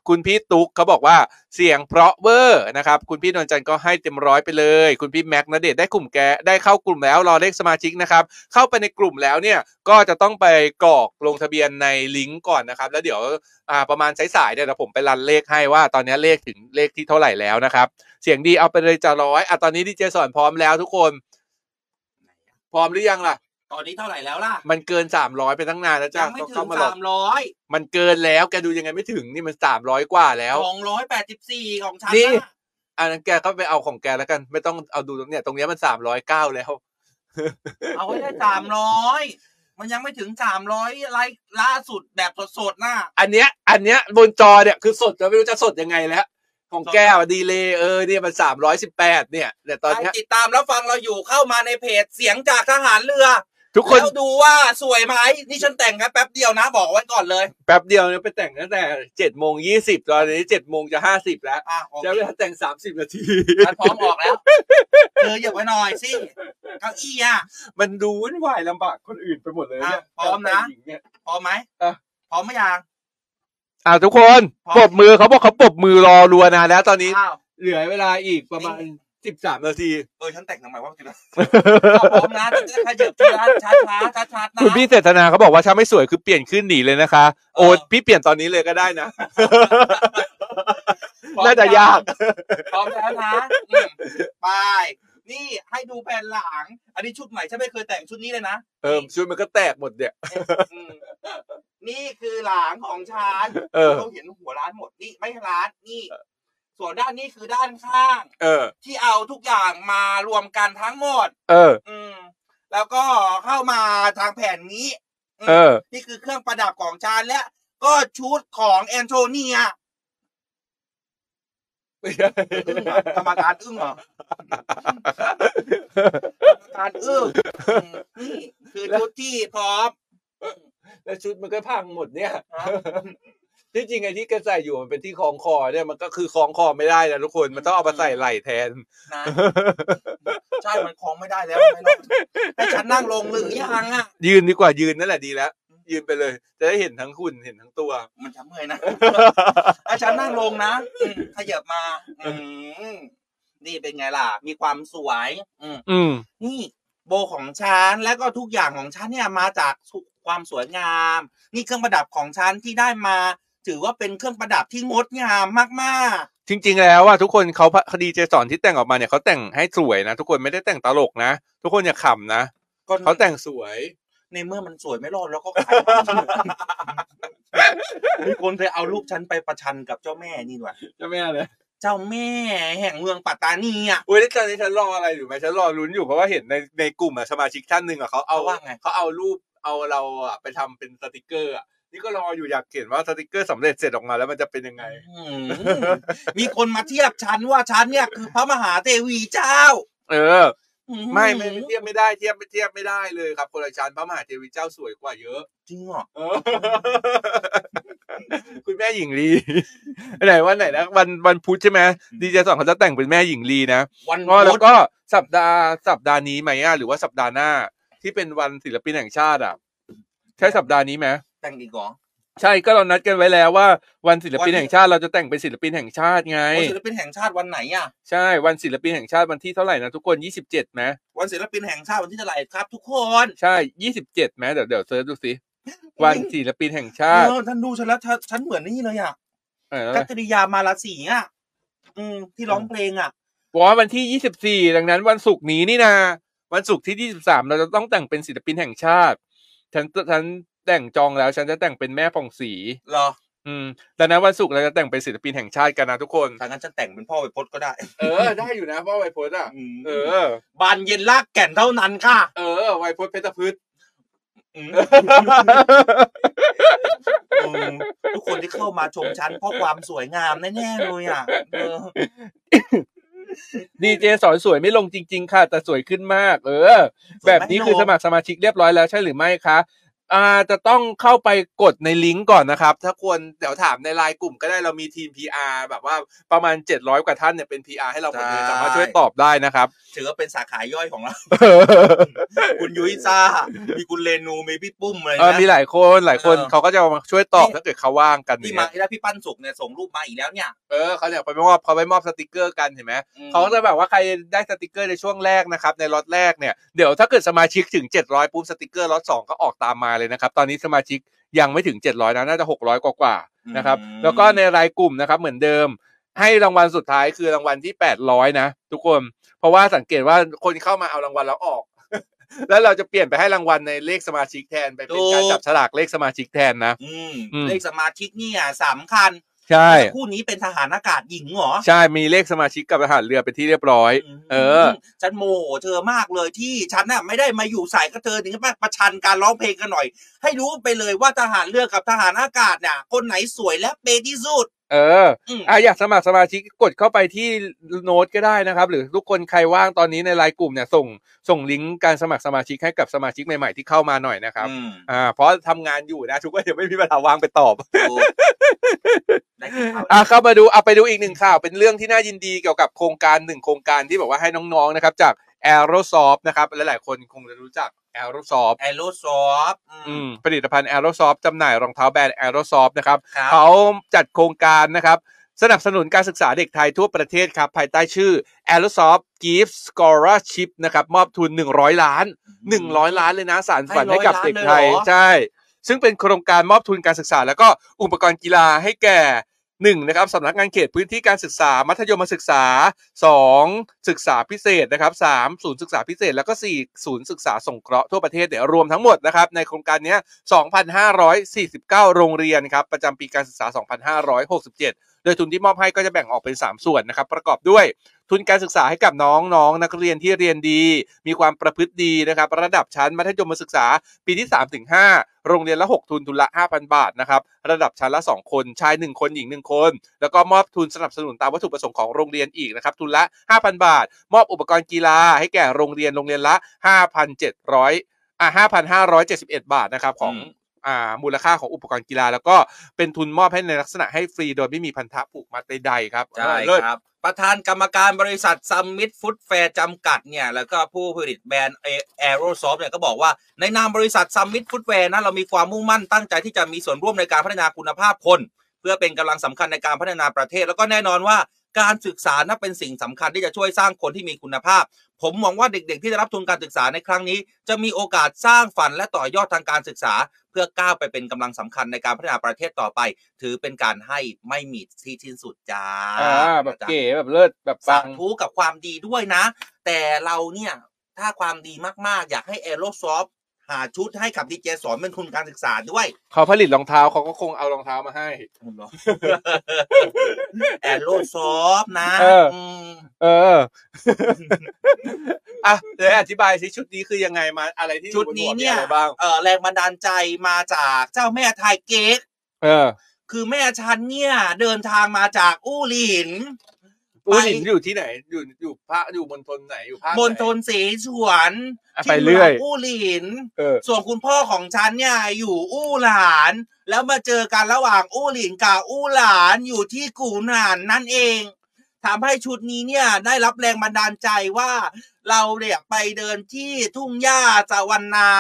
S3: คุณพี่ตุ๊กเขาบอกว่าเสียงเพราะเวอร์นะครับ คุณพี่นนจันทร์ก็ให้เต็มร้อยไปเลย คุณพี่แม็กนะเดชน์ได้กลุ่มแกได้เข้ากลุ่มแล้วรอเลขสมาชิกนะครับ เข้าไปในกลุ่มแล้วเนี่ยก็จะต้องไปกรอกลงทะเบียนในลิงก์ก่อนนะครับ แล้วเดี๋ยวอ่าประมาณสายๆเนี่ยเดี๋ยวผมไปรันเลขให้ว่า ตอนนี้เลขถึงเลขที่เท่าไหร่แล้วนะครับ เสียงดีเอาไปเลยจะร้อยอ่ะตอนนี้ดีเจสอนพร้อมแล้วทุกคน พร้อมหรือยังล่ะ
S2: ตอนนี้เท่าไหร่แล้วล่ะ
S3: มันเกินสามร้อยไปตั้งนานแล้วจ้ะ
S2: ยังไม่ถึ
S3: เข้
S2: ง
S3: หลอก
S2: สามร้อย
S3: มันเกินแล้วแกดูยังไงไม่ถึงนี่มันสามร้อยกว่าแล้ว
S2: สองร้อยแปดสิบสี่ของฉัน
S3: นี่
S2: นะ
S3: อันนั้นแกก็ไปเอาของแกแล้วกัน ไม่ต้องเอาดูตรงเนี้ยตรงเนี้ยมันสามร้อยเก้าแล้ว
S2: เอาไว้ได้สามร้อยมันยังไม่ถึงสามร้อยไลค์ล่าสุดแบบสดๆน่ะ
S3: อันเนี้ย อันเนี้ยบนจอเนี่ยคือสดจะไม่รู้จะสดยังไงแล้ว ของแกอะดีเลยเออเนี่ยมันสามร้อยสิบแปดเนี่ยแต่ตอนเนี้ย
S2: ใครติดตามแล้วฟังเราอยู่เข้ามาในเพจเสียงจากทหารเรือ
S3: ทุกคน
S2: แล้วดูว่าสวยไหมนี่ฉันแต่งแค่แป๊บเดียวนะบอกไว้ก่อนเลย
S3: แป๊บเดียวเนี่ยไปแต่งตั้งแต่เจ็ดโมงยี่สิบตอนนี้เจ็ดโมงจะห้าสิบแล้ว
S2: อ่ะโอเค
S3: จะเวลาแต่งสามสิบนาที
S2: ฉันพร้อมออกแล้วเธออย่าไว้หน่อยสิเก้าอี้อ่ะ
S3: มันดูวุ่นวายลำบากคนอื่นไปหมดเลยเนี่ย
S2: อ่ะพร้อมนะ
S3: แต่งหญิงเนี่ย
S2: พร้อมไหม
S3: อ่ะ
S2: พร้อมไหมยัง
S3: อ่าทุกคนปรบมือเขาบอกเขาปรบมือรอรัวนานแล้วตอนนี้
S2: อ้าว
S3: เหลือเวลาอีกประมาณสิบสามนาที
S2: เออฉันแต่งทำไมวะพี่พร้อมนะฉันจะขยับช้าช้าช้าช้าช้านะ
S3: คุณพี่เจตนาเขาบอกว่าถ้าไม่สวยคือเปลี่ยนขึ้นหนีเลยนะคะ โอ้พี่เปลี่ยนตอนนี้เลยก็ได้นะ
S2: พร้อม
S3: น่าจะยาก
S2: พร้อมแล้วนะอืมไปนี่ให้ดูแผ่นหลัง อันนี้ชุดใหม่ฉันไม่เคยแต่งชุดนี้เลยนะ
S3: เออชุดมันก็แตกหมดเนี่ย
S2: อืมนี่คือหลังของชาน
S3: เออ
S2: เห็นหัวร้านหมดนี่ไม่ใช่ร้านนี่ ส่วนด้านนี้คือด้านข้าง
S3: เออ
S2: ที่เอาทุกอย่างมารวมกันทั้งหมด
S3: เออ
S2: อืม แล้วก็เข้ามาทางแผนนี้ม
S3: เออ
S2: นี่คือเครื่องประดับของชานและ ก็ชุดของแอนโทเนียอึ้งเหรอกรรมการอึ้งเหรอ กรรมการอึ้งอืมนี่คือชุดที่พร้อม
S3: แล้วชุดมันก็พังหมดเนี่ย
S2: ฮะ
S3: ที่จริงไอ้ที่แกใส่อยู่มันเป็นที่คล้องคอเนี่ยมันก็คือคล้องคอไม่ได้นะทุกคนมันต้องเอามาใส่ไหล่แทน
S2: นะ ใช่ มันคล้องไม่ได้แล้วไม่รอดให้ฉันนั่งลงหรือยังอ่ะ
S3: ยืนดีกว่ายืนนั่นแหละดีแล้ว ยืนไปเลย จะได้เห็นทั้งหุ่นเห็นทั้งตัว
S2: มันจะเมื่อยนะให้ฉันนั่งลงนะอืมขยับมา อืมนี่เป็นไงล่ะ มีความสวย อืม
S3: อืม
S2: นี่โบของฉันแล้วก็ทุกอย่างของฉันเนี่ยมาจากสุความสวยงาม นี่เครื่องประดับของฉันที่ได้มา ถือว่าเป็นเครื่องประดับที่งดงามมาก
S3: จริงๆแล้วว่าทุกคนเขาคดีเจสันที่แต่งออกมาเนี่ยเขาแต่งให้สวยนะทุกคนไม่ได้แต่งตลกนะ ทุกคนอย่าขำนะ
S2: ๆก็
S3: เขาแต่งสวย
S2: ในเมื่อมันสวยไม่รอดแล้วก็ขายมีคนเคยเอารูปฉันไปประชันกับเจ้าแม่นี่หว่า
S3: จะไม่อะไร
S2: เจ้าแม่แห่งเมืองปัตตานีอ่ะ
S3: เว้ยแล้วตอนนี้ฉันรออะไรอยู่ไหมฉันรอลุ้นอยู่เพราะว่าเห็นในในกลุ่มอะสมาชิกท่านหนึ่งอะเขาเอา
S2: เขาว่าไง
S3: เขาเอารูปเอาเราอะไปทำเป็นสติกเกอร์อะนี่ก็รออยู่อยากเห็นว่าสติกเกอร์สำเร็จเสร็จออกมาแล้วมันจะเป็นยังไง
S2: อืมมีคนมาเทียบฉันว่าฉันเนี่ยคือพระมหาเทวีเจ้า
S3: เออ
S2: อื
S3: ไม่ไม่ไม่เทียบไม่ได้เทียบไม่เทียบไม่ได้เลยครับคนละชั้นพระมหาเทวีเจ้าสวยกว่าเยอะ
S2: จริงเหรอ
S3: เออ คุณแม่หญิงลี ไหนวันไหนนะวันวันพุธใช่ไหมดีเจสองเขาจะแต่งเป็นแม่หญิงลีนะ
S2: วัน
S3: ก็แล้
S2: พุ
S3: ว
S2: ธ
S3: ก็สัปดาห์สัปดาห์นี้ไหมอ่ะหรือว่าสัปดาห์หน้า ที่เป็นวันศิลปินแห่งชาติอ่ะ ใช่สัปดาห์นี้ไหม
S2: แต่งอีกเหรอ
S3: ใช่ก็เรานัดกันไว้แล้วว่า วันศิลปินแห่งชาติเราจะแต่งเป็นศิลปินแห่งชาติไง
S2: วันศิลปินแห่งชาติวันไหนอ่ะ
S3: ใช่วันศิลปินแห่งชาติวันที่เท่าไหร่นะทุกคนยี่สิบเจ็ดไหม
S2: วันศิลปินแห่งชาติวันที่เท่าไหร่ครับ ทุกคน
S3: ใช่ยี่สิบเจ็ดไหมเดี๋ยวเดี๋ยวเซิร์ชดู สิวันศิลปินแห่งชาติ
S2: เออท่านดูฉันแล้วฉันฉันเหมือนนี่เลยอ่ะ
S3: เออ
S2: กัตติยามาลาสีอ่ะอืมที่ร้องเพลงอ่ะ
S3: บอกว่าวันที่ 24 ดังนั้นวันศุกร์นี้นี่นา วันศุกร์ที่ 23 เราจะต้องแต่งเป็นศิลปินแห่งชาติ ฉันฉันแต่งจองแล้ว ฉันจะแต่งเป็นแม่ผ่องศรี
S2: เหรอ
S3: อืมดังนั้นวันศุกร์เราจะแต่งเป็นศิลปินแห่งชาติกันนะทุกคน
S2: ถ้างั้นฉันแต่งเป็นพ่อไปพจน์ก็ได้
S3: เออ ได้อยู่นะพ่อไวโพสอ่ะ
S2: อืม
S3: เออ
S2: บานเย็นลากแก่นเท่านั้นค่ะ
S3: เออ ไวโพสเพชร พืช
S2: อืม อืมทุกคนที่เข้ามาชมฉันเพราะความสวยงามแน่ๆเลยอ่ะเออ
S3: ดีเจสอนสวยไม่ลงจริง ๆ ค่ะ แต่สวยขึ้นมาก เออ แบบนี้คือสมัครสมาชิกเรียบร้อยแล้วใช่หรือไม่คะอ่าจะต้องเข้าไปกดในลิงก์ก่อนนะครับ ถ้าควรเดี๋ยวถามในไลน์กลุ่มก็ได้เรามีทีม PR แบบว่าประมาณ 700 กว่าท่านเนี่ยเป็น PR ให้เราหมดเลย
S2: ใช่
S3: สามารถช่วยตอบได้นะครับ
S2: ถือว่าเป็นสาขาย่อยของเรา คุณยุ้ยซ่า มีคุณเรนู มีพี่ปุ้มอะไร
S3: เออ
S2: นะ
S3: มีหลายคนหลายคน
S2: เออ
S3: เขาก็จะมาช่วยตอบถ้าเกิดเขาว่างกัน
S2: ที่
S3: เนี่ย
S2: มาแล้วพี่ปั้นสุกเนี่ยส่งรูปมาอีกแล้วเนี่ย
S3: เออเขาเนี่ยไปมอบเขาไปมอบสติกเกอร์กันเห็นไหม
S2: อืม
S3: เขาก็จะแบบว่าใครได้สติกเกอร์ในช่วงแรกนะครับ ในล็อตแรกเนี่ยเดี๋ยวถ้าเกิดสมาชิกถึง 700 ปุ๊บสติกเกอร์ล็อตสองก็ออกตามมาเลยนะครับ ตอนนี้สมาชิกยังไม่ถึง 700นะน่าจะ 600 กว่ากว่าๆนะครับ แล้วก็ในรายกลุ่มนะครับเหมือนเดิม ให้รางวัลสุดท้ายคือรางวัลที่ 800 นะ ทุกคน เพราะว่าสังเกตว่าคนเข้ามาเอารางวัลแล้วออก แล้วเราจะเปลี่ยนไปให้รางวัลในเลขสมาชิกแทนไปเป็นการจับฉลากเลขสมาชิกแทนนะ
S2: อืม
S3: อืม
S2: เลขสมาชิกเนี่ยสำคัญ
S3: ใช่
S2: แต่คู่นี้เป็นทหารอากาศหญิงเหรอ
S3: ใช่ มีเลขสมาชิกกับทหารเรือเป็นที่เรียบร้อย เออ
S2: มฉันโมโหเธอมากเลยที่ฉันน่ะไม่ได้มาอยู่สายกับเธอถึงมาประชันการร้องเพลงกันหน่อย ให้รู้ไปเลยว่าทหารเรือกับทหารอากาศเนี่ยคนไหนสวยและเปย์ที่สุด
S3: เอออ่ะอยากสมัครสมาชิกกดเข้าไปที่โน้ตก็ได้นะครับ หรือทุกคนใครว่างตอนนี้ในไลน์กลุ่มเนี่ยส่งส่งลิงก์การสมัครสมาชิกให้กับสมาชิกใหม่ๆที่เข้ามาหน่อยนะครับ
S2: อืม
S3: อ่าเพราะทำงานอยู่นะทุกคนเดี๋ยวไม่มีเวลาว่างไปตอบ อ่ะเข้ามาดูอ่ะไปดูอีกหนึ่งข่าว เป็นเรื่องที่น่ายินดีเกี่ยวกับโครงการหนึ่งโครงการที่บอกว่าให้น้องๆนะครับ จาก Aerosoft นะครับหลายๆคนคงจะรู้จัก Aerosoft
S2: ไอโรซอฟต์อืม
S3: อืมผลิตภัณฑ์ Aerosoft จำหน่ายรองเท้าแบรนด์ Aerosoft นะครับ
S2: ครับ
S3: เขาจัดโครงการนะครับ สนับสนุนการศึกษาเด็กไทยทั่วประเทศครับ ภายใต้ชื่อ Aerosoft Gift Scholarship นะครับ มอบทุน 100 ล้าน 100 ล้านเลยนะ สารฝันให้กับเด็กไทย
S2: ให้ร้อยล้านเลยเหรอ
S3: ใช่ ซึ่งเป็นโครงการมอบทุนการศึกษา แล้วก็อุปกรณ์กีฬาให้แก่หนึ่งนะครับสำนักงานเขตพื้นที่การศึกษา มัธยมศึกษาสองศึกษาพิเศษนะครับสามศูนย์ศึกษาพิเศษ แล้วก็สี่ศูนย์ศึกษาสงเคราะห์ทั่วประเทศเนี่ยรวมทั้งหมดนะครับในโครงการเนี้ย2,549 โรงเรียนครับประจำปีการศึกษา 2,567 โดยทุนที่มอบให้ก็จะแบ่งออกเป็น 3 ส่วนนะครับประกอบด้วย ทุนการศึกษาให้กับน้องน้องนักเรียนที่เรียนดี มีความประพฤติดีนะครับ ระดับชั้นมัธยมศึกษา ปีที่3ถึง5โรงเรียนละ 6 ทุนทุนละ 5,000 บาทนะครับ ระดับชั้นละ 2 คน ชาย 1 คนหญิง 1 คน แล้วก็มอบทุนสนับสนุนตามวัตถุประสงค์ของโรงเรียนอีกนะครับ ทุนละ 5,000 บาท มอบอุปกรณ์กีฬาให้แก่โรงเรียนโรงเรียนละ 5,700อ่ะ5,571 บาทนะครับของ อ่ามูลค่าของอุปกรณ์กีฬา แล้วก็เป็นทุนมอบให้ในลักษณะให้ฟรีโดยไม่มีพันธะผูกมัดใดๆครับ
S2: ใช่
S3: เลิศ
S2: ครับ ประธานกรรมการบริษัทซัมมิตฟุตแฟร์จำกัดเนี่ย แล้วก็ผู้ผลิตแบรนด์แอโรซอฟเนี่ยก็บอกว่า ในนามบริษัทซัมมิตฟุตแฟร์นั้นเรามีความมุ่งมั่นตั้งใจที่จะมีส่วนร่วมในการพัฒนาคุณภาพคน เพื่อเป็นกำลังสำคัญในการพัฒนาประเทศ แล้วก็แน่นอนว่าการศึกษานับเป็นสิ่งสำคัญที่จะช่วยสร้างคนที่มีคุณภาพ ผมหวังว่าเด็กๆ ที่ได้รับทุนการศึกษาในครั้งนี้ จะมีโอกาสสร้างฝันและต่อยอดทางการศึกษา เพื่อก้าวไปเป็นกำลังสำคัญในการพัฒนาประเทศต่อไป ถือเป็นการให้ไม่มีที่สิ้นสุดจ้า
S3: อ่าแบบเก๋แบบเลิศแบบปั
S2: สาง ธุกับความดีด้วยนะ แต่เราเนี่ย ถ้าความดีมาก ๆ อยากให้เอโรซอฟหาชุดให้กับดีเจสอนเป็นทุนการศึกษาด้วย
S3: เขาผลิตรองเท้าเขาก็คงเอารองเท้ามาให้
S2: เอโรซอฟนะ
S3: เออ
S2: ม
S3: เออ อ่ะเดี๋ยวอธิบายสิชุดนี้คือยังไงมาอะไรที่
S2: ชุดนี้เนี่ย
S3: ออะไรบ้าง
S2: เออแรงบันดาลใจมาจากเจ้าแม่ไทยเก๊ก
S3: เออ
S2: คือแม่ฉันเนี่ย เดินทางมาจากอู้หลิน
S3: อูหลินอยู่ที่ไหน อยู่อยู่ภาคอยู่มณฑลไหนอยู่ภาคไห
S2: มณฑลเสฉวน
S3: อ่ะ
S2: ที่
S3: ไปเรื่อย
S2: มืงอู้หลิน
S3: เออ
S2: ส่วนคุณพ่อของฉันเนี่ยอยู่อู้หลาน แล้วมาเจอกันระหว่างอู้หลินกับอู้หลานอยู่ที่กูหนานนั่นเองทำให้ชุดนี้เนี่ยได้รับแรงบันดาลใจว่า เราเนี่ยไปเดินที่ทุ่งหญ้าจาวันนา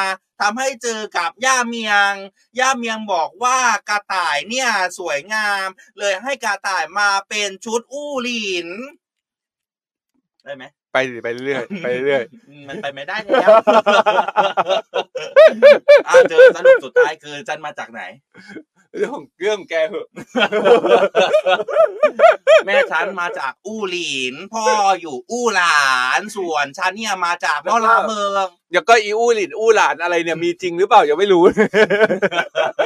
S2: ทำให้เจอกับย่าเมียง ย่าเมียงบอกว่ากระต่ายเนี่ยสวยงาม เลยให้กระต่ายมาเป็นชุดอู้หลินได้ไหม
S3: ไปดิไปเรื่อยไปเรื่อย
S2: มันไปไม่ได้แล้ว อ่ะเจอสรุปสุดท้ายคือจันมาจากไหน
S3: เรื่องของเรื่องแกเหอะ
S2: แม่ฉันมาจากอู้หลิน พ่ออยู่อู้หลานส่วนฉันเนี่ยมาจากมอลาเมือง
S3: เดี๋ยวก็อีอู้หลินอู้หลานอะไรเนี่ยมีจริงหรือเปล่ายังไม่รู้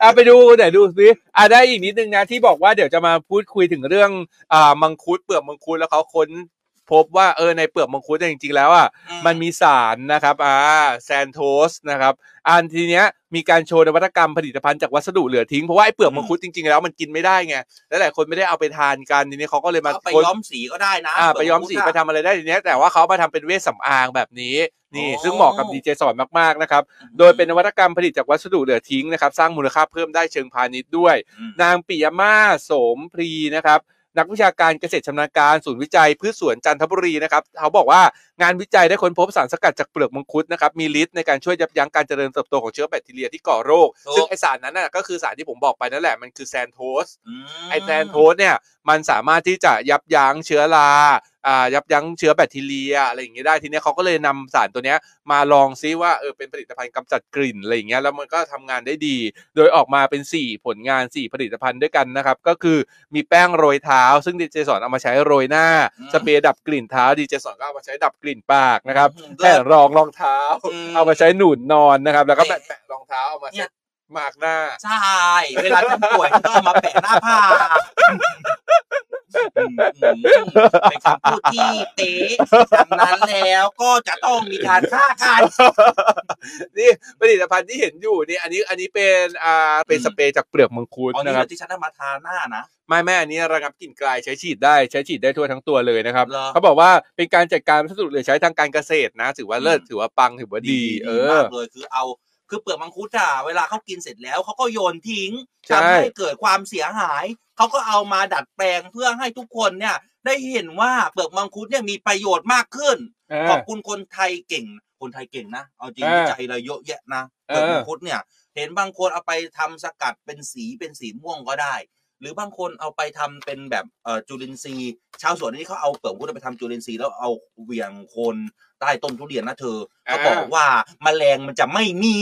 S3: อ่ะไปดูไหนดูสิอ่ะได้อีกนิดนึงนะที่บอกว่าเดี๋ยวจะมาพูดคุยถึงเรื่องอ่ามังคุดเปลือกมังคุดแล้วเขาค้น พบว่าเออในเปลือกมังคุดเนี่ยจริงๆแล้วอ่ะมันมีสารนะครับอ่าแซนโทสนะครับอันทีเนี้ยมีการโชว์นวัตกรรมผลิตภัณฑ์จากวัสดุเหลือทิ้งเพราะว่าไอ้เปลือกมังคุดจริงๆแล้วมันกินไม่ได้ไงและหลายคนไม่ได้เอาไปทานกันทีนี้เขาก็เลยมา
S2: ก็ไป
S3: ค้น
S2: ย้อมสีก็ได้นะ
S3: อ่า
S2: เป
S3: ไป
S2: ลืก
S3: ย้อม
S2: งคุ
S3: สี
S2: ดะ
S3: ไปทำอะไรได้ทีเนี้ยแต่ว่าเขามาทำเป็นเวชสำอางแบบนี้นี่
S2: อ๋อ
S3: ซึ่งเหมาะกับดีเจสอนมากๆนะครับโดยเป็นนวัตกรรมผลิตจากวัสดุเหลือทิ้งนะครับสร้างมูลค่าเพิ่มได้เชิงพาณิชย์ด้วย นางปิยมาโสมพรีนะครับนักวิชาการเกษตรชำนาญการศูนย์วิจัยพืชสวนจันทบุรีนะครับเขาบอกว่างานวิจัยได้ค้นพบสารสกัดจากเปลือกมังคุดนะครับมีฤทธิ์ในการช่วยยับยั้งการเจริญเติบโตของเชื้อแบคทีเรียที่ก่อโรค ซึ่งไอสารนั้นน่ะก็คือสารที่ผมบอกไปนั่นแหละมันคือแซนโทส ไอแซนโทสเนี่ยมันสามารถที่จะยับยั้งเชื้อราอ่ายับยั้งเชื้อแบคทีเรียอะไรอย่างเงี้ยได้ทีเนี้ยเขาก็เลยนำสารตัวเนี้ยมาลองซิว่าเออเป็นผลิตภัณฑ์กำจัดกลิ่นอะไรอย่างเงี้ยแล้วมันก็ทำงานได้ดี โดยออกมาเป็น 4 ผลงาน 4 ผลิตภัณฑ์ด้วยกันนะครับ ก็คือมีแป้งโรยเท้า ซึ่งดีเจสอนเอามาใช้โรยหน้า สเปรย์ดับกลิ่นเท้าดีเจสอนก็เอามาใช้ดับกลิ่นปากนะครับแผ่นรองรองเท้า เอามาใช้หนุนนอนนะครับ แล้วก็แปะแปะรองเท้าเอามาเช็ดหมากหน้า
S2: ใช่เวลาท่านป่วยก็เอามาแปะหน้าผ้าอืมเป็นคำพูดที่เต๊ะดังนั้นแล้วก็จะต้องมีการฆ่ากัน
S3: นี่ผลิตภัณฑ์ที่เห็นอยู่นี่อันนี้อันนี้เป็นอ่าเป็นสเปรย์จากเปลือกมังคุด
S2: อันนี้
S3: นะครับ
S2: ที่ฉันเอามาทาหน้านะ
S3: ไม่แม่อันนี้ระงับกลิ่นกลายใช้ฉีดได้ใช้ฉีดได้ทั่วทั้งตัวเลยนะครับ
S2: เหรอ
S3: เขาบอกว่าเป็นการจัดการวัสดุเหลือใช้ทางการเกษตรนะ ถือว่าเลิศถือว่าปังถือว่าดี
S2: ดี
S3: เอ
S2: ดีมา
S3: อ
S2: กเลยคือเอาคือเปลือกมังคุดอ่ะเวลาเขากินเสร็จแล้วเขาก็โยนทิ้ง
S3: ใช่
S2: ทำให้เกิดความเสียหาย เขาก็เอามาดัดแปลงเพื่อให้ทุกคนเนี่ย ได้เห็นว่าเปลือกมังคุดเนี่ยมีประโยชน์มากขึ้น
S3: เออ
S2: ขอบคุณคนไทยเก่ง คนไทยเก่งนะ เอาจริง
S3: เออ
S2: วิจัยอะไรเยอะแยะนะ
S3: เอ
S2: เกิด
S3: อ
S2: มังคุดเนี่ย เห็นบางคนเอาไปทำสกัดเป็นสีเป็นสีม่วงก็ได้ หรือบางคนเอาไปทำเป็นแบบเอ่อจุลินทรีย์ชาวสวนนี่เขาเอาเปลือกมังคุดไปทำจุลินทรีย์แล้วเอาเหวียงโคนใต้ต้นทุเรียนนะเธอเขาบอกว่าแมลงมันจะไม่มี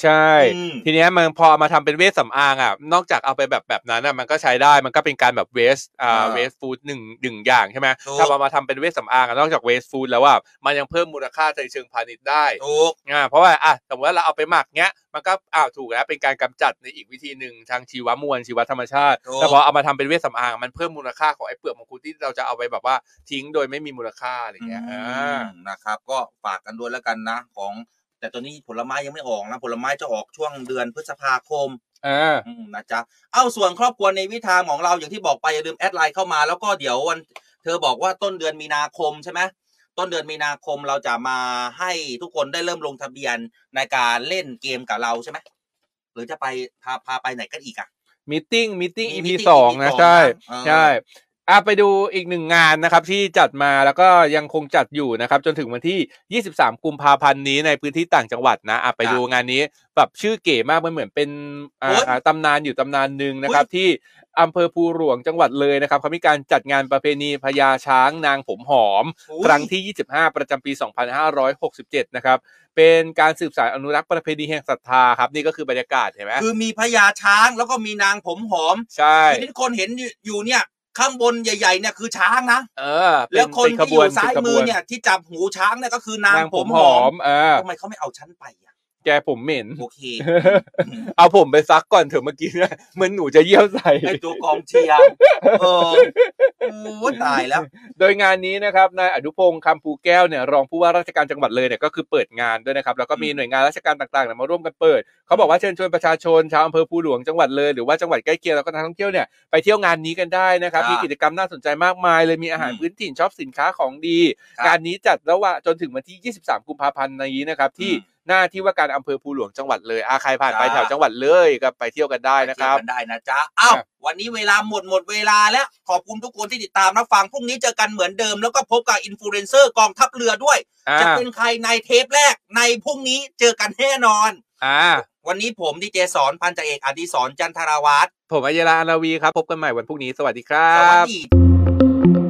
S3: ใช่
S2: อืม
S3: ทีเนี้ยมันพอเอามาทำเป็นเวชสำอางอ่ะนอกจากเอาไปแบบแบบนั้นอ่ะมันก็ใช้ได้มันก็เป็นการแบบเวสอ่า
S2: อ่า
S3: เวสฟู้ดหนึ่งหนึ่งอย่างใช่ไหม
S2: ถูก
S3: ถ้าเอามาทำเป็นเวชสำอางอะนอกจากเวสฟู้ดแล้วอ่ะมันยังเพิ่มมูลค่าในเชิงพาณิชย์ได้
S2: ถูก
S3: อ่าเพราะว่าอ่ะสมมติว่าเราเอาไปหมักเงี้ยมันก็อ้าวถูกแล้วเป็นการกำจัดในอีกวิธีหนึ่งทางชีวมวลชีวธรรมชาติ
S2: ถูก
S3: แต่พอเอามาทำเป็นเวชสำอางมันเพิ่มมูลค่าของไอ้เปลือกมังคุดที่เราจะเอาไปแบบว่าทิ้งโดยไม่มีมูลค่าอะไรเงี้ยอ่า
S2: อืมนะครับ ก็ฝากกันด้วยแล้วกันนะ ของ แต่ตอนนี้ผลไม้ยังไม่ออกนะ ผลไม้จะออกช่วงเดือนพฤษภาคม
S3: อ่า
S2: อืมนะจ๊ะ เอาส่วนครอบครัวในวิทามของเราอย่างที่บอกไปอย่าลืมแอดไลน์เข้ามาแล้วก็เดี๋ยววัน เธอบอกว่าต้นเดือนมีนาคมใช่ไหมต้นเดือนมีนาคมเราจะมาให้ทุกคนได้เริ่มลงทะเบียนในการเล่นเกมกับเราใช่ไหมหรือจะไปพาพาไปไหนกันอีกอะ
S3: มีติ้งมีติ้ง
S2: มี
S3: EP
S2: meeting
S3: สอง
S2: EP
S3: นะ
S2: สอง
S3: ใช่
S2: นะเออ
S3: ใช่อ่ะไปดูอีกหนึ่งงานนะครับที่จัดมาแล้วก็ยังคงจัดอยู่นะครับ จนถึงวันที่ 23 กุมภาพันธ์นี้ในพื้นที่ต่างจังหวัดนะอ่ะไปดูงานนี้แบบชื่อเก๋มากมันเหมือนเป็นอ่า
S2: โอ๊ย
S3: อ่าตำนานอยู่ตำนานหนึ่งนะครับ ที่อำเภอภูหลวงจังหวัดเลยนะครับเขามีการจัดงานประเพณีพญาช้างนางผมหอม
S2: โอ๊ย
S3: ครั้งที่ 25 ประจำปี 2567 นะครับ เป็นการสืบสานอนุรักษ์ประเพณีแห่งศรัทธาครับนี่ก็คือบรรยากาศเห็นไหม
S2: คือมีพญาช้างแล้วก็มีนางผมหอม
S3: ใช่
S2: คือที่คนเห็นอยู่อยู่เนี่ย ข้างบนใหญ่ๆเนี่ยคือช้างนะ
S3: เออเป็
S2: แล้วคน
S3: เป็
S2: ที่อ
S3: ว
S2: ยู่ซ้าย
S3: ป็ขบ
S2: มื
S3: ว
S2: อเนี่ยที่จับหูช้างเนี่ยก็คือนาง
S3: นาง
S2: ผ
S3: ผม ม
S2: ห
S3: ห
S2: อ
S3: อ
S2: ม
S3: มเออ
S2: ทำไมเขาไม่เอาฉันไปอะ
S3: แกผมเหม็น
S2: โอเค
S3: เอาผมไปซักก่อนเถอะเมื่อกี้เนี่ยเหมือนหนูจะเยี่ยวใส่
S2: ไอตัวกองเชียร์เออโอ้ยตายแล้ว
S3: โดยงานนี้นะครับนายอนุพงศ์คำภูแก้วเนี่ยรองผู้ว่าราชการจังหวัดเลยเนี่ยก็คือเปิดงานด้วยนะครับแล้วก็มีหน่วยงานราชการต่างๆเนี่ยมาร่วมกันเปิดเขาบอกว่าเชิญชวนประชาชนชาวอำเภอภูหลวงจังหวัดเลยหรือว่าจังหวัดใกล้เคียงแล้วก็นักท่องเที่ยวเนี่ยไปเที่ยวงานนี้กันได้นะครับ
S2: ครับ
S3: มีกิจกรรมน่าสนใจมากมายเลยมีอาหาร
S2: อืม
S3: พื้นถิ่นช็อปสินค้าของดี
S2: ครับ
S3: งานนี้จัดระหว่างจนถึงวันที่ 23 กุมภาพันธ์นี้นะครับที่หน้าที่ว่าการอำเภอภูหลวงจังหวัดเลยอาใครผ่านไปแถวจังหวัดเลยก็ไปเที่ยวกันได้นะค
S2: เจอ
S3: รับ
S2: กันได้นะจ๊ะอ้าว
S3: ครับ
S2: วันนี้เวลาหมดหมดเวลาแล้ว ขอบคุณทุกคนที่ติดตามรับฟังพรุ่งนี้เจอกันเหมือนเดิม แล้วก็พบกับอินฟลูเอนเซอร์กองทัพเรือด้วย
S3: อ่า
S2: จะเป็นใครในเทปแรกในพรุ่งนี้เจอกันแน่นอน
S3: อ่า
S2: วันนี้ผมดีเจสอนพันจ่าเอกอดิสรจันทราวัตร
S3: ผมอัยราอานาวีครับพบกันใหม่วันพรุ่งนี้สวัสดีครั
S2: สวัส
S3: บ
S2: ดี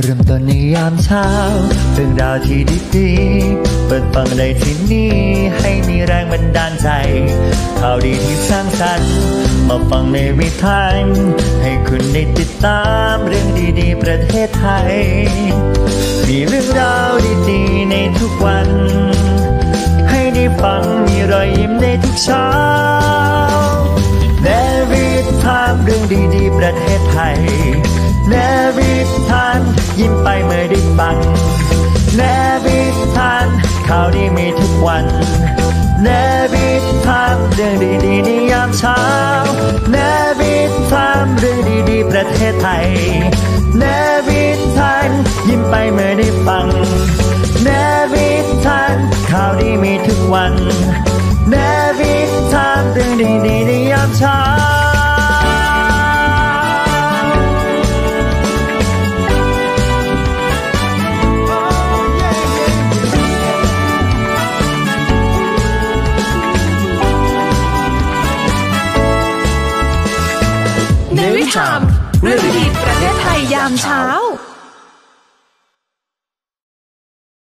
S1: เริ่มต้นในยามเช้า เรื่องราวที่ดีๆเปิดฟังได้ที่นี่ ให้มีแรงบันดาลใจ ข่าวดีที่สร้างสรรค์ มาฟังในวิถีให้คุณได้ติดตามเรื่องดีๆ ประเทศไทย มีเรื่องราวดีๆ ในทุกวัน ให้ได้ฟังมีรอยยิ้มในทุกเช้า เนวิทามเรื่องดีๆ ประเทศไทย เนวิทามยิ้มไปเมื่อได้ฟัง เนวิทามข่าวดีมีทุกวัน เนวิทามเรื่องดีๆในยามเช้า เนวิทามเรื่องดีๆ ประเทศไทย เนวิทามยิ้มไปเมื่อได้ฟัง เนวิทามข่าวดีมีทุกวัน เนวิทามเรื่องดีๆในยามเช้า
S7: เนวิชามเรื่องดีๆประเทศไทยยามเช้า